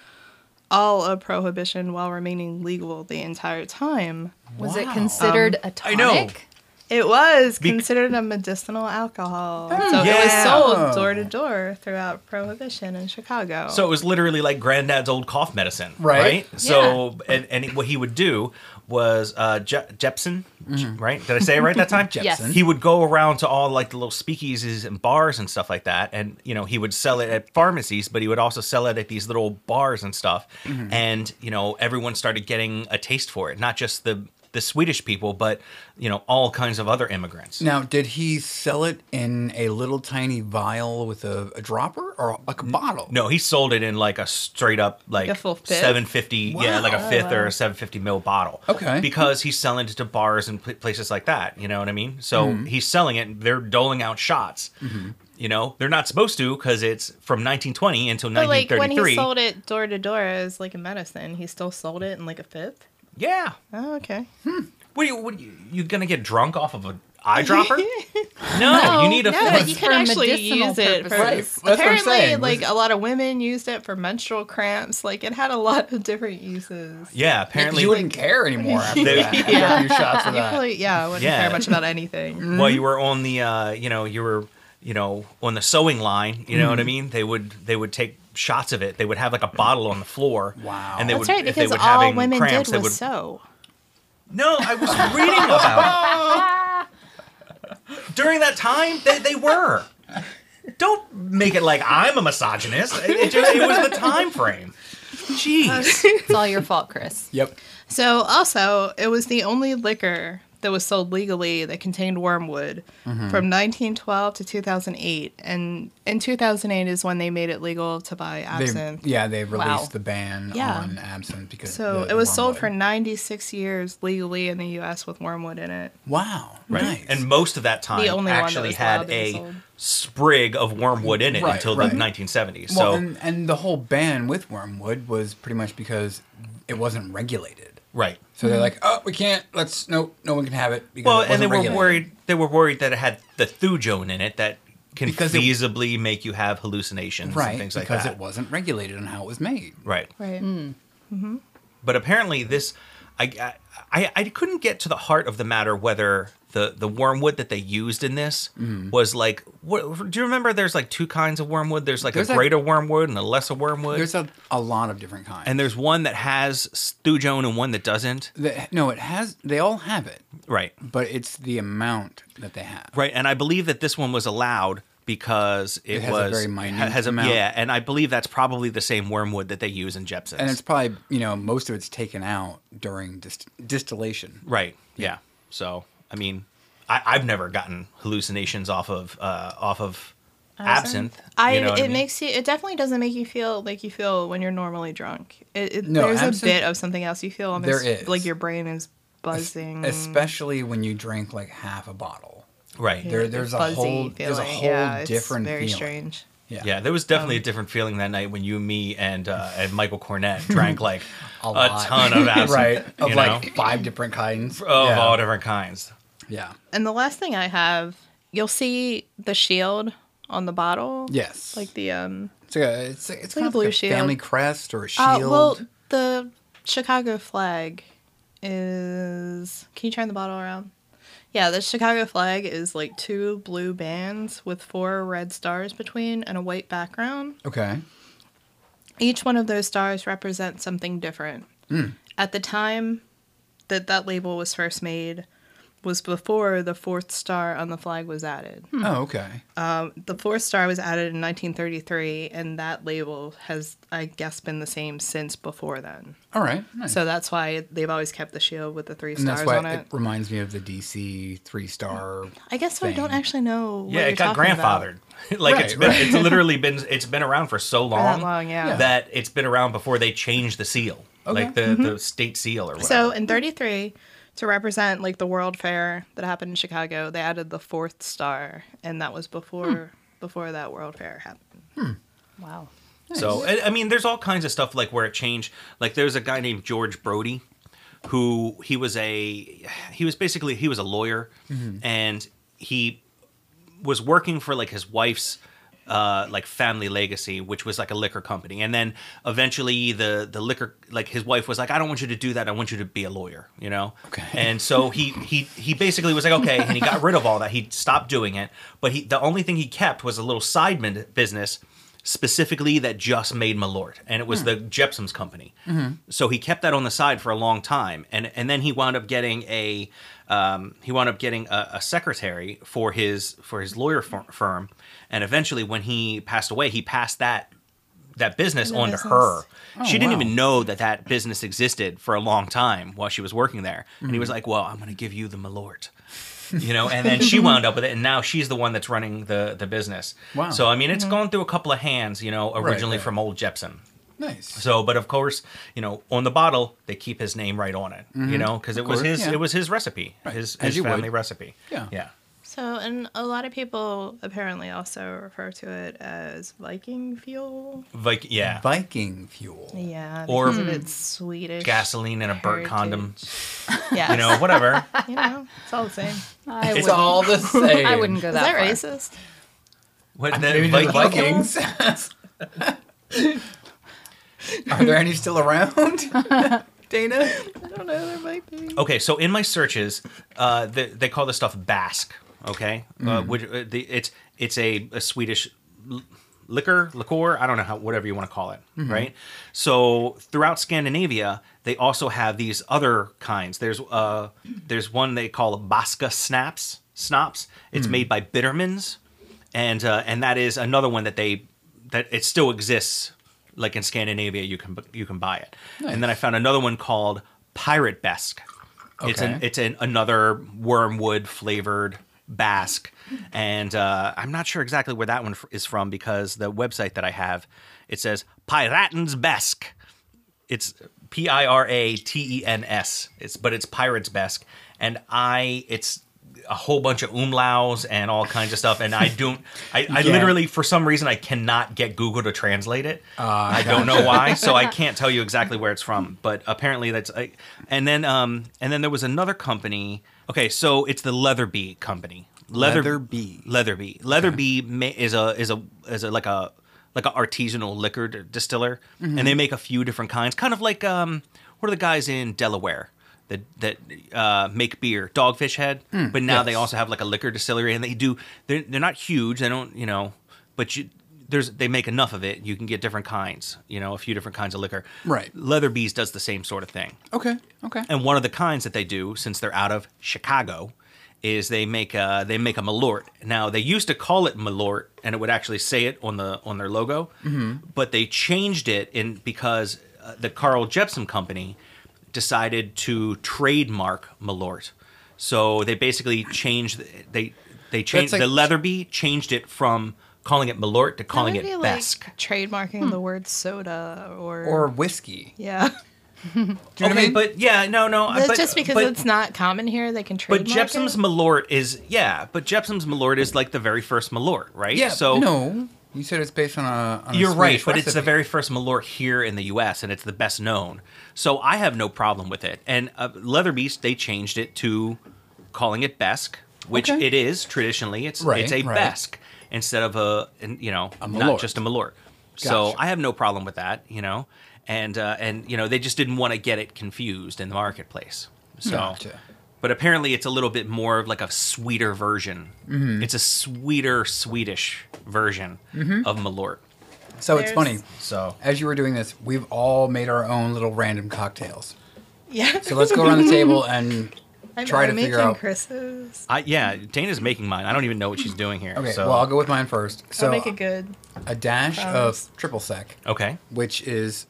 all of Prohibition while remaining legal the entire time.
Was it
Wow.
considered a
I
tonic?
know.
It was
Bec- Hmm,
considered a medicinal alcohol. so it
Yeah.
was sold door to door throughout Prohibition in Chicago.
So it was literally like granddad's old cough medicine,
Right.
So, and, and what he would do was uh, Je- Jepsen, J- right? Did I say it right that time?
Yes. Jepsen.
He would go around to all like the little speakeasies and bars and stuff like that, and you know he would sell it at pharmacies, but he would also sell it at these little bars and stuff, and you know everyone started getting a taste for it, not just the the Swedish people, but you know all kinds of other immigrants.
Now, did he sell it in a little tiny vial with a, a dropper or like a bottle?
No, he sold it in like a straight up like
A full fifth?
seven fifty, yeah,
Wow.
like a fifth or a seven fifty mil bottle.
Okay.
because he's selling it to bars and pl- places like that. You know what I mean? So
Mm-hmm.
he's selling it. and They're doling out shots. You know, they're not supposed to because it's from 1920 until
but like when
1933.
he sold it door to door as like a medicine, he still sold it in like a fifth.
yeah.
Oh, okay.
What are you? What are you, you gonna get drunk off of an eyedropper? no, you need a.
No,
full-
but you
For
can actually
medicinal
use it for.
purposes. Right, that's
what I'm
Apparently,
saying.
like a lot of women used it for menstrual cramps. Like it had a lot of different uses.
yeah,
Because
apparently
you wouldn't care anymore after
They-
that. After a few shots of
You
that.
probably, yeah, I wouldn't
Yeah.
care much about anything.
Mm-hmm.
Well, you were on the uh, you know you were you know on the sewing line you know
Mm-hmm.
what i mean they would they would take shots of it they would have like a bottle on the floor
Wow.
and they
That's
would
right,
if they
because
would
all
having
women
cramps
did
they would
was sew.
no i was reading about it during that time they, they were don't make it like i'm a misogynist it, it just, it was the time frame jeez
It's all your fault, Chris.
Yep.
So, also, it was the only liquor that was sold legally that contained wormwood from 1912 to 2008. And in 2008 is when they made it legal to buy
They,
absinthe.
yeah, they released
Wow.
the ban
Yeah.
on absinthe because
so,
the
it was sold for
wormwood.
96 years legally in the U.S. with wormwood in it.
Wow. Nice.
and most of that time
The only one that
actually
was allowed
had
to be
a
sold.
sprig of wormwood in it
Right,
until
right.
the 1970s so
well, and, and the whole ban with wormwood was pretty much because it wasn't regulated.
right
So
Mm-hmm.
they're like, oh, we can't. Let's no, no one can have it. Because
Well,
it
and they
wasn't
were
regulated.
worried. They were worried that it had the thujone in it that can
Because it-
feasibly make you have hallucinations
right?
and things like
because
that.
it wasn't regulated on how it was made.
Right,
Right.
but apparently this, I, I, I couldn't get to the heart of the matter whether the the wormwood that they used in this
Mm.
was like. What, do you remember? There's like two kinds of wormwood. There's like
There's
a
like-
greater wormwood and a lesser wormwood.
There's a, a lot of different kinds.
and there's one that has thujone and one that doesn't.
the, no, it has. They all have it,
Right.
but it's the amount that they have.
Right, and I believe that this one was allowed because it,
It has a
was
very minute
has a
amount.
yeah, and I believe that's probably the same wormwood that they use in Jepson's.
And it's probably you know most of it's taken out during dist- distillation.
right, yeah. So I mean, I, I've never gotten hallucinations off of uh, off of absinthe.
Absinthe? I
you know
it
what mean?
makes you it definitely doesn't make you feel like you feel like you're normally drunk. It, it
No,
there's
absinthe-
a bit of something else you feel almost
There is.
like your brain is buzzing.
especially when you drink like half a bottle.
right.
there- there's a
buzzy
whole- there's a
feeling.
whole
Yeah, it's
different
very
feeling.
strange.
Yeah.
Yeah, there was
Um,
definitely a different feeling that night when you, me, and uh, and Michael Cornett drank like a,
lot.
ton of absinthe,
right.
you
Of like
know,
five different kinds.
of
yeah.
all different kinds.
yeah.
And the last thing I have, you'll see the shield on the bottle.
Yes.
Like the um
It's like a, it's, it's
Like
kind
a
of
blue
like a
shield.
family crest or a
uh,
shield.
well the Chicago flag is can you turn the bottle around? Yeah, the Chicago flag is like two blue bands with four red stars between and a white background.
okay.
each one of those stars represents something different. At the time that that label was first made was before the fourth star on the flag was added.
Oh, okay.
The fourth star was added in 1933 and that label has I guess been the same since before then.
All right. Nice.
So that's why they've always kept the shield with the three
and
stars
that's why
on
it.
it. Oh
reminds me of the DC three star.
I guess I don't
thing.
actually know what
Yeah,
you're
it got
talking about.
grandfathered. like
Right,
it's been,
right.
it's literally been, it's been around for so long,
long, yeah. Yeah.
that it's been around before they changed the seal,
Okay.
like the,
Mm-hmm.
the state seal or whatever.
So in 33, to represent like the World Fair that happened in Chicago, they added the fourth star, and that was
Hmm.
before before that World Fair happened.
Wow.
So I, I mean, there's all kinds of stuff like where it changed. Like there's a guy named George Brody, who he was a he was basically he was a lawyer, and he was working for like his wife's uh like family legacy which was like a liquor company and then eventually the the liquor like his wife was like I don't want you to do that I want you to be a lawyer you know
Okay.
and so he he he basically was like okay and he got rid of all that he stopped doing it but he the only thing he kept was a little side min- business specifically that just made Malort and it was
Hmm.
the Jepsum's company
Mm-hmm.
so he kept that on the side for a long time and and then he wound up getting a um, he wound up getting a, a secretary for his for his lawyer fir- firm, and eventually, when he passed away, he passed that that business
The
on to
business. Oh,
her. she didn't
wow.
even know that that business existed for a long time while she was working there. And he
Mm-hmm.
was like, "Well, I'm going to give you the Malort," you know. And then she wound up with it, and now she's the one that's running the the business.
Wow. Mm-hmm.
So I mean, it's gone through a couple of hands, you know, originally
right.
from old Jepson.
Nice.
So, but of course, you know, on the bottle they keep his name right on it, you know, because it was
Mm-hmm. course,
his
yeah.
it was his recipe, his
As
his
you would.
family recipe.
Yeah.
yeah.
So, and a lot of people apparently also refer to it as Viking fuel.
Like yeah,
Viking fuel.
Yeah,
Or
because of its Swedish
gasoline and a burnt condom,
Yeah,
you know, whatever.
you know, it's all the same.
I
It's
wouldn't,
It's all the same.
I wouldn't go
Is
that,
that
far.
racist?
What
Maybe
the
to the
Viking?
Vikings. Are there any still around? Dana?
I don't know. There might be.
Okay, so in my searches, uh, they, they call this stuff Basque. Okay, uh,
Mm.
which uh, the, it's it's a, a Swedish l- liquor, liqueur. I don't know how, whatever you want to call it, right? So throughout Scandinavia, they also have these other kinds. There's uh, there's one they call Basca snaps, snaps. It's made by Bittermans, and uh, and that is another one that they that it still exists. Like in Scandinavia, you can bu- you can buy it. And then I found another one called Pirate Basque. It's an
Okay.
it's an another wormwood flavored basque, and uh, I'm not sure exactly where that one f- is from because the website that I have it says Piratens Basque. It's P I R A T E N S. It's but it's Pirates Basque, and I it's a whole bunch of umlauts and all kinds of stuff, and I don't I, I
can't.
literally for some reason I cannot get Google to translate it. I don't know why, so I can't tell you exactly where it's from. But apparently that's. I, and then um and then there was another company. Okay, so it's the Leatherby company.
Leatherby.
Leatherby. Leatherby ma- is a is a is a like a like a artisanal liquor d- distiller, and they make a few different kinds. Kind of like um, what are the guys in Delaware that that uh, make beer? Dogfish Head, but now they
Hmm, yes.
also have like a liquor distillery, and they do. They're they're not huge. They don't you know, but you. There's, they make enough of it. You can get different kinds, you know, a few different kinds of liquor.
Right.
Leatherbees does the same sort of thing.
Okay. Okay.
And one of the kinds that they do, since they're out of Chicago, is they make a they make a malort. Now they used to call it malort, and it would actually say it on the on their logo,
Mm-hmm.
but they changed it in because uh, the Carl Jepsen Company decided to trademark malort. So they basically changed they they changed
like-
the Leatherby changed it from calling it Malort to calling it
That would be,
Besk.
Like, trademarking the word soda or.
Hmm. or whiskey.
yeah.
Do you know what I
okay,
mean?
but yeah, no, no.
uh,
That's
but,
just because
but,
it's not common here. They can trademark
But Jepsum's
it.
Malort is yeah, but Jepsum's Malort is like the very first Malort, right?
yeah.
So
no, you said it's based on a. On a
You're right,
Swedish
but it's the
recipe.
very first Malort here in the U.S. and it's the best known. So I have no problem with it. And uh, Leatherbeast, they changed it to calling it Besk, which
Okay.
it is traditionally. It's
Right,
it's a
right.
Besk instead of a an- you know
Malort.
not just a Malort. So
Gotcha.
I have no problem with that. You know, and uh, and you know they just didn't want to get it confused in the marketplace. So.
Gotcha.
But apparently, it's a little bit more of like a sweeter version.
Mm-hmm.
It's a sweeter Swedish version of Malort.
Mm-hmm. So it's funny.
There's-
So
As you were doing this, we've all made our own little random cocktails.
Yeah.
So let's go around the table and
I'm,
try
I'm
to
making
figure out.
Chris's.
I yeah, Dana's making mine. I don't even know what she's doing here.
Okay,
so.
well I'll go with mine first. So
I'll make it good.
a dash
Promise.
of triple sec,
Okay.
which is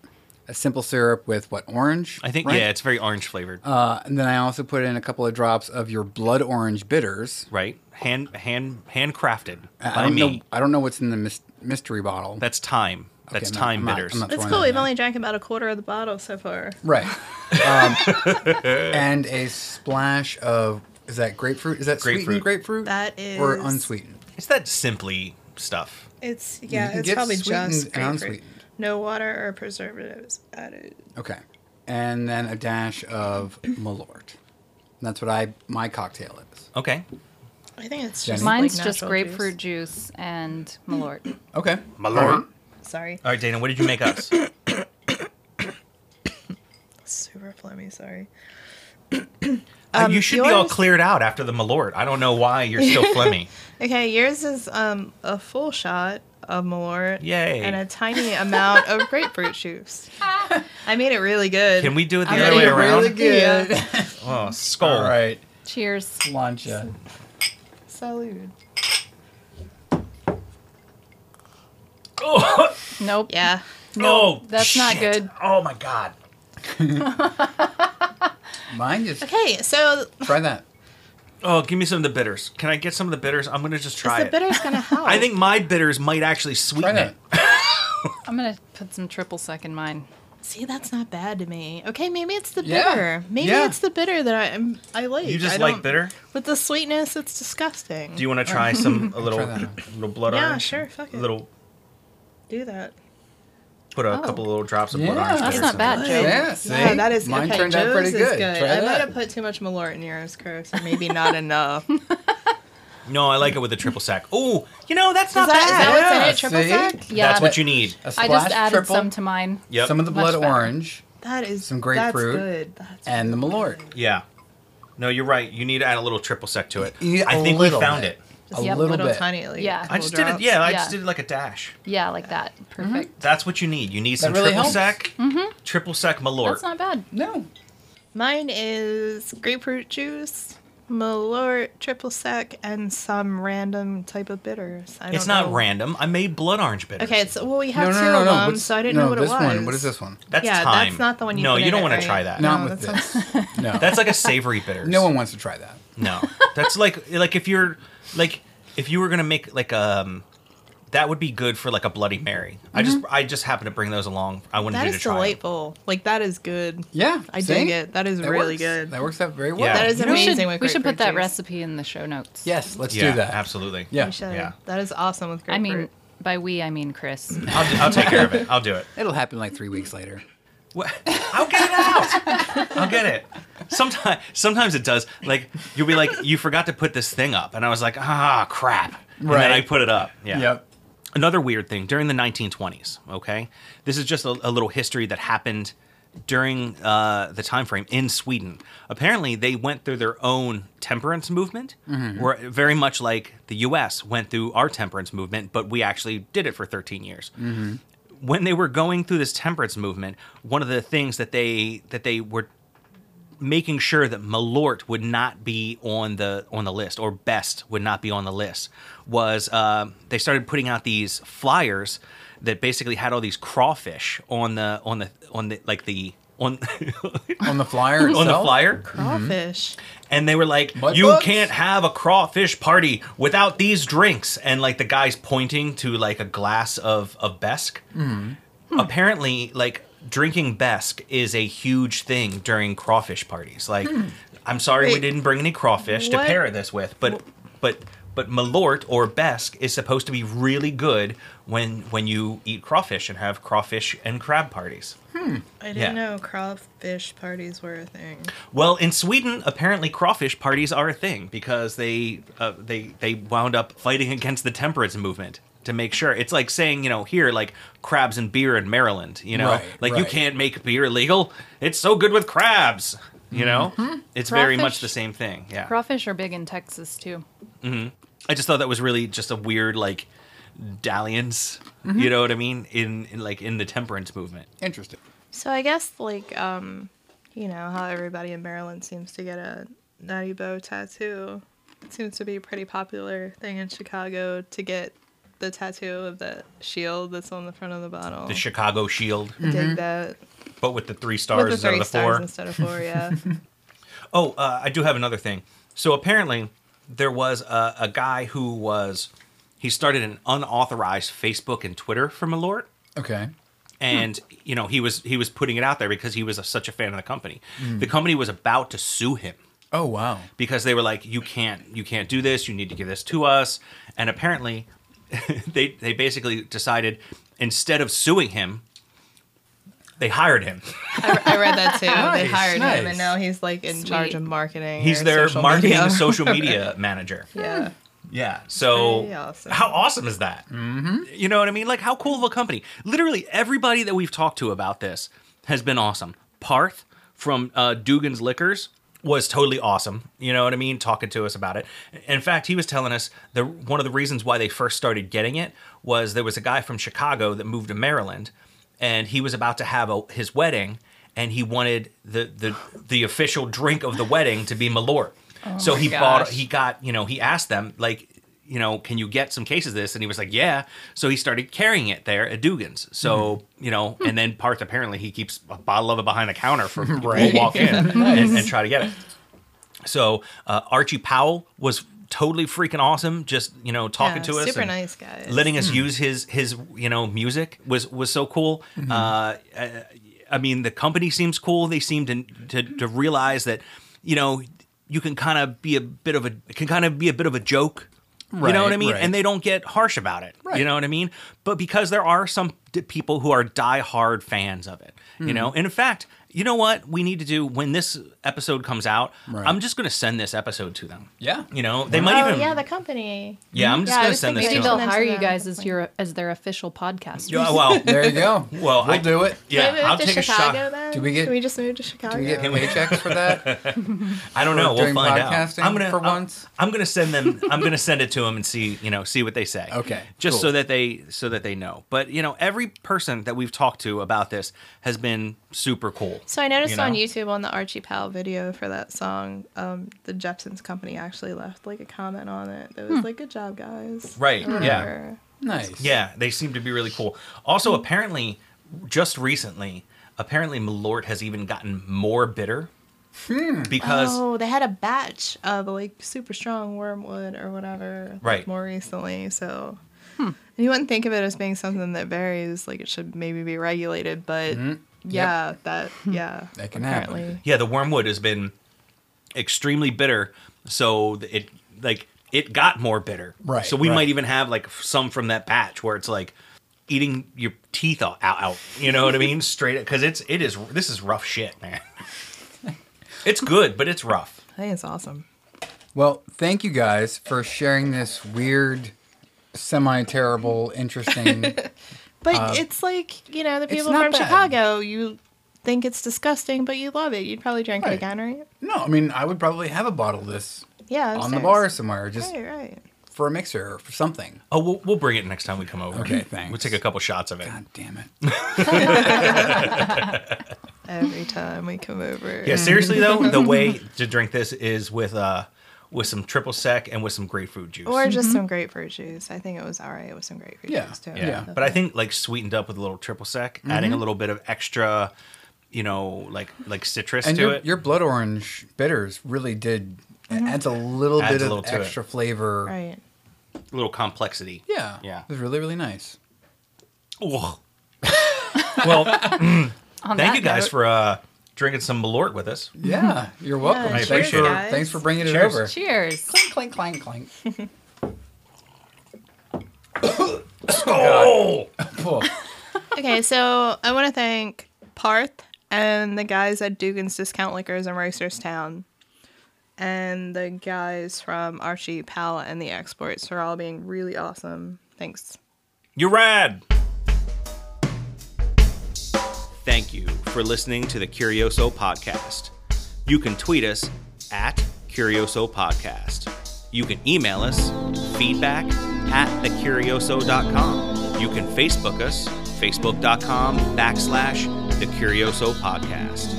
a simple syrup with what orange?
I think
right?
yeah, it's very orange flavored.
Uh, and then I also put in a couple of drops of your blood orange bitters.
right? Hand hand handcrafted
I- I
by
don't
me.
know. I don't know what's in the mys- mystery bottle.
That's time. That's
I'm not-
time
I'm not-
bitters.
I'm not-
That's
Throwing
cool.
that
We've
down.
only drank about a quarter of the bottle so far.
right. Um, and a splash of is that grapefruit? Is that sweetened
Grapefruit.
grapefruit?
That
or
is-
unsweetened.
it's that simply stuff.
It's yeah,
can
it's
get
probably
sweetened
just
and
grapefruit.
unsweetened.
No water or preservatives added.
Okay. And then a dash of Malort. And that's what I my cocktail is.
Okay.
I think it's
Jenny?
just
Mine's
like
just
natural
grapefruit
juice.
juice, and Malort.
Okay.
Malort.
Sorry,
Uh,
All right, Dana, what did you make us? Uh,
super phlegmy. Sorry.
Um,
Uh, you should be all
Um, yours-
cleared out after the Malort. I don't know why you're still phlegmy.
Okay, yours is um a full shot of Malort.
Yay.
And a tiny amount of grapefruit juice. I made it really good.
Can we do it the
I'm
other way
ready.
around?
Really good.
Oh, skull.
All right.
Cheers.
Lancha.
Salud.
Oh,
Nope.
Yeah.
no,
that's not
shit.
good.
Oh my god.
Mine just
Okay, so
try that.
Oh, give me some of the bitters. Can I get some of the bitters? I'm gonna just try
is the
it.
bitter's gonna help?
I think my bitters might actually
Try
sweeten
that.
it.
I'm gonna put some triple sec in mine.
See, that's not bad to me. Okay, maybe it's the
Yeah.
bitter. Maybe
Yeah.
it's the bitter that I am. I like.
You just
I
like
don't-
bitter?
With the sweetness, it's disgusting.
Do you want to try some a little
Try that.
little blood
Yeah,
orange?
sure, fuck it.
Little
do that?
put a
Oh.
couple little drops of blood
Yeah.
orange.
That's
bitters
not
in
bad,
there.
Joe.
Yeah, see?
Yeah, that is
Mine
okay,
turned out pretty
Joe's is
good. Try
I might
that.
have put too much Malort in yours, Chris, or maybe not enough. is
No, I like it with a triple sack. Oh, you know that's not
that, is that
bad.
what's in
Yeah,
it? Triple
see?
sec?
Yeah.
That's what you need.
A
I just
splash
added
triple,
some to mine.
Yep.
some of the
Much
blood
better.
orange
That is
Some grapefruit
That's good. That's
and the Malort.
Yeah. No, you're right. You need to add a little triple sec to it.
You need
I
a
think we
little
found
bit.
it.
just
a
Yep.
little, bit.
tiny. Like,
Yeah.
I
I
couple
just did it.
drops.
Yeah, I
Yeah.
just did it like a dash.
Yeah, like that. Perfect.
That's what you need. You need some
really
triple
helps.
sec,
Mm-hmm.
triple sec Malort.
That's not bad.
No.
Mine is grapefruit juice, Malort, triple sec, and some random type of bitters. I
it's
don't
not
know.
random. I made blood orange bitters.
Okay, it's well we
No,
have
no,
two
no,
of
no.
them,
What's-
so I didn't
no,
know what it
this
was.
one. What is this one?
That's
yeah,
time.
that's not the one you
No,
put
you
in
don't
it,
wanna
right?
try that.
Not
No,
with
that's
this. No.
That's like a savory bitters.
no one wants to try that.
No, that's like like if you're like if you were gonna make like um that would be good for like a Bloody Mary. I just I just happened to bring those along. I wanted
Mm-hmm. That
you to
is
try. them.
delightful. Like that is good.
Yeah.
I
see?
dig it. That is
That
really
works.
good.
That works out very well.
Yeah.
That is
You
We
amazing.
should,
with
we should put
grapefruit
that
juice.
recipe in the show notes.
Yes, let's
Yeah,
do that.
absolully.
Yeah.
We should.
Yeah.
That is awesome with
I
grapefruit.
mean, by we, I mean Chris.
I'll, do- I'll take care of it. I'll do it.
It'll happen like three weeks later.
What? I'll get it out. I'll get it. Sometimes sometimes it does. Like you'll be like you forgot to put this thing up, and I was like ah crap. And
Right.
then I put it up. Yeah. another weird thing during the 1920s okay this is just a, a little history that happened during uh, the time frame in sweden apparently they went through their own temperance movement where very much like the us went through our temperance movement but we actually did it for 13 years when they were going through this temperance movement one of the things that they that they were making sure that Malort would not be on the on the list or best would not be on the list was uh, they started putting out these flyers that basically had all these crawfish on the on the on the like the on
on the flyer
on the
itself?
flyer,
Mm-hmm.
Crawfish.
and they were like,
Mud
"You
bugs?
can't have a crawfish party without these drinks." And like the guy's pointing to like a glass of of Besk. Apparently, like drinking Besk is a huge thing during crawfish parties. Like, I'm sorry we
Wait.
didn't bring any crawfish to
What?
pair this with, but but but Malort or Besk is supposed to be really good when when you eat crawfish and have crawfish and crab parties.
I didn't
Yeah.
know crawfish parties were a thing.
Well, in Sweden, apparently crawfish parties are a thing because they uh, they they wound up fighting against the temperance movement to make sure it's like saying you know here like crabs and beer in Maryland you know
Right,
like you
right.
can't make beer legal it's so good with crabs you know
Mm-hmm.
it's very much
Crawfish-
the same thing yeah
Crawfish are big in Texas too.
I just thought that was really just a weird like dalliance
Mm-hmm.
you know what I mean in, in like in the temperance movement
Interesting.
So I guess like um, you know how everybody in Maryland seems to get a natty bow tattoo. It seems to be a pretty popular thing in Chicago to get the tattoo of the shield that's on the front of the bottle.
the Chicago Shield
I dig that.
but with the three
Oh. Mm. With
stars instead
the three
of the
stars
four
instead of four, yeah.
Oh, uh, I do have another thing. So apparently, there was a, a guy who was he started an unauthorized Facebook and Twitter for Malort,
Okay.
and you know he was he was putting it out there because he was a, such a fan of the company.
Mm.
The company was about to sue him
Oh wow.
because they were like, "You can't, you can't do this. You need to give this to us." And apparently, they they basically decided instead of suing him, they hired him.
I, I read that too. they
Nice,
hired him,
nice.
and now he's like in charge
Sweet.
of marketing.
He's
or
their
social
marketing
media.
and social media manager.
yeah.
Yeah. So
Pretty awesome.
how awesome is that? You know what I mean? Like how cool of a company. Literally everybody that we've talked to about this has been awesome. Parth from uh, Dugan's Liquors was totally awesome. You know what I mean? Talking to us about it. In fact, he was telling us the one of the reasons why they first started getting it was there was a guy from Chicago that moved to Maryland, and he was about to have a, his wedding, and he wanted the the the official drink of the wedding to be Malort.
Oh
so he bought
gosh.
he got you know he asked them like you know can you get some cases of this and he was like yeah so he started carrying it there at dugan's so you know and then parth apparently he keeps a bottle of it behind the counter for people to walk in and, and try to get it so uh, archie powell was totally freaking awesome just you know talking
Yeah,
to us
Super
and-
nice guy.
letting
Hmm.
us use his his you know music was was so cool.
Mm-hmm.
Uh, uh, I mean, the company seems cool. They seem to to, to realize that you know you can kind of be a bit of a can kind of be a bit of a joke. you know what I
Right,
mean?
right.
And they don't get harsh about it. You
Right.
know what I mean? But because there are some d- people who are diehard fans of it, you
Hmm.
know. And in fact, you know what we need to do when this episode comes out?
Right.
I'm just going to send this episode to them.
Yeah.
You know, they
Oh
might even
yeah, the company.
Yeah, I'm just
Yeah, I
going to
was
send this
thinking
to
Maybe
Still.
they'll
them.
hire you guys as your as their official podcast.
Yeah, well,
There you go.
Well,
we'll
I-
do it.
Yeah,
Can we move
I'll
to
take
Chicago
a shot.
then?
Do we get-
Can we just move to Chicago?
Do we get paychecks for that?
I don't know. We'll
During
find out.
podcasting
I'm gonna
for
I'm-
once?
I'm gonna send them. I'm gonna send it to them and see you know see what they say.
Okay,
just
cool.
so that they so that they know. But you know, every person that we've talked to about this has been super cool.
So I noticed
you know?
on YouTube on the Archie Powell video for that song, um, the Jepsons Company actually left like a comment on it that was like, "Good job, guys."
Right,
Or
yeah.
whatever.
Nice.
Yeah, they seem to be really cool. Also, apparently, just recently, apparently Malort has even gotten more bitter
Hmm.
because
Oh, they had a batch of like super strong wormwood or whatever, like,
Right.
More recently, so and you wouldn't think of it as being something that varies. Like it should maybe be regulated, but
Mm-hmm.
yeah, that yeah,
That can happen.
apparently.
Yeah, the wormwood has been extremely bitter, so th- it like it got more bitter.
Right,
So we
right.
might even have like f- some from that batch where it's like eating your teeth out, out, out you know what I mean? Straight because it's it is this is rough shit, man. it's good, but it's rough.
I think it's awesome.
Well, thank you guys for sharing this weird, semi-terrible, interesting.
But it's like, you know, the people
Um, not
from
bad.
Chicago, you think it's disgusting, but you love it. You'd probably drink
Right.
it again, right?
no, I mean I would probably have a bottle of this
Yeah.
on the
upstairs.
bar somewhere, just
Right, right.
for a mixer or for something.
Oh, we'll, we'll bring it next time we come over.
Okay, thanks.
We'll take a couple shots of it.
God damn it!
Every time we come over.
Yeah, seriously though, the way to drink this is with uh with some triple sec and with some grapefruit juice.
Or just some grapefruit juice. I think it was all right with some grapefruit
Yeah,
juice, too.
yeah.
But I think like sweetened up with a little triple sec, adding a little bit of extra, you know, like like citrus
and
to
your,
it.
your blood orange bitters really did adds a little
Adds
bit
a
of
little to it.
extra flavor.
Right.
a little complexity.
Yeah,
Yeah.
it was really really nice.
Ugh. well, thank
On that
you guys
note-
for uh, drinking some Malort with us.
Yeah, you're welcome.
Yeah,
I
thanks,
appreciate
for,
it.
thanks for bringing it
Cheers.
over.
Cheers.
Clank clank clank.
Oh,
Cool.
Okay, so I want to thank Parth and the guys at Dugan's Discount Liquors in Roysterstown, and the guys from Archie Powell and the Exports for all being really awesome. Thanks.
you're rad. Thank you for listening to the Curioso podcast. You can tweet us at Curioso Podcast. You can email us feedback at thecurioso.com. You can Facebook us, facebook.com backslash the Curioso Podcast.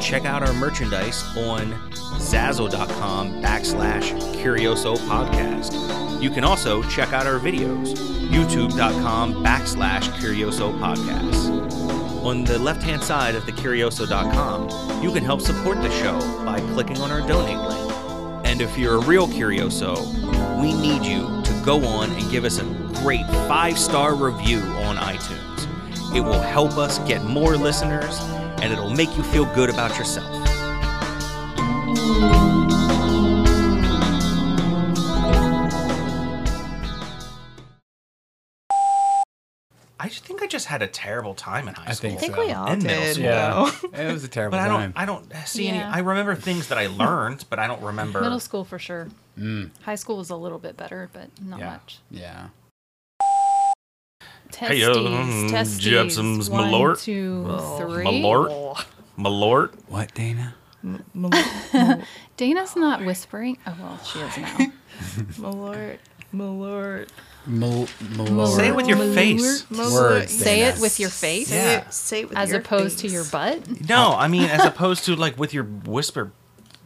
check out our merchandise on zazzle.com backslash curioso podcast you can also check out our videos youtube.com backslash curioso podcast on the left hand side of the curioso.com you can help support the show by clicking on our donate link and if you're a real curioso we need you to go on and give us a great five star review on itunes it will help us get more listeners and it'll make you feel good about yourself I think I just had a terrible time in high
I
school.
think
I think
So,
we all
and middle
did.
school.
though.
it was a terrible
But I
time.
don't. I don't see any.
Yeah.
I remember things that I learned, but I don't remember.
Middle school for sure.
Mm.
High school was a little bit better, but not
yeah.
much.
Yeah.
Testes.
um,
testes.
do you have some
One,
Malort?
two, three.
Malort. Malort.
What, Dana?
Mal-
Dana's not whispering. Oh well, she is now.
Malort. Malort.
Mal-
Malort.
Say it with your face.
Malort.
Words,
Say
Dana.
it with your face,
Say
Yeah.
it, say it with
as
your
opposed to
face.
your butt.
No, I mean as opposed to like with your whisper.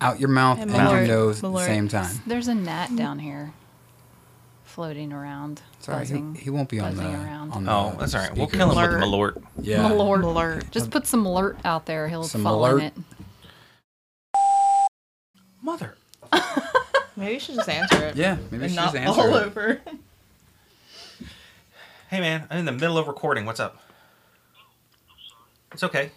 Out your mouth
Hey,
and your
Malort.
nose at the
Malort.
same time.
There's a gnat down here, floating around,
Sorry, he,
buzzing.
he won't be on the,
buzzing around.
on the.
Oh, that's all right. We'll
speaker.
kill him with Malort.
Yeah.
Malort.
Malort.
Just put some alert out there. He'll
Some
follow
alert.
it.
Mother.
Maybe you should just answer it.
Yeah, maybe
And
she's
not
answering.
all over.
Hey man, I'm in the middle of recording. What's up? It's okay.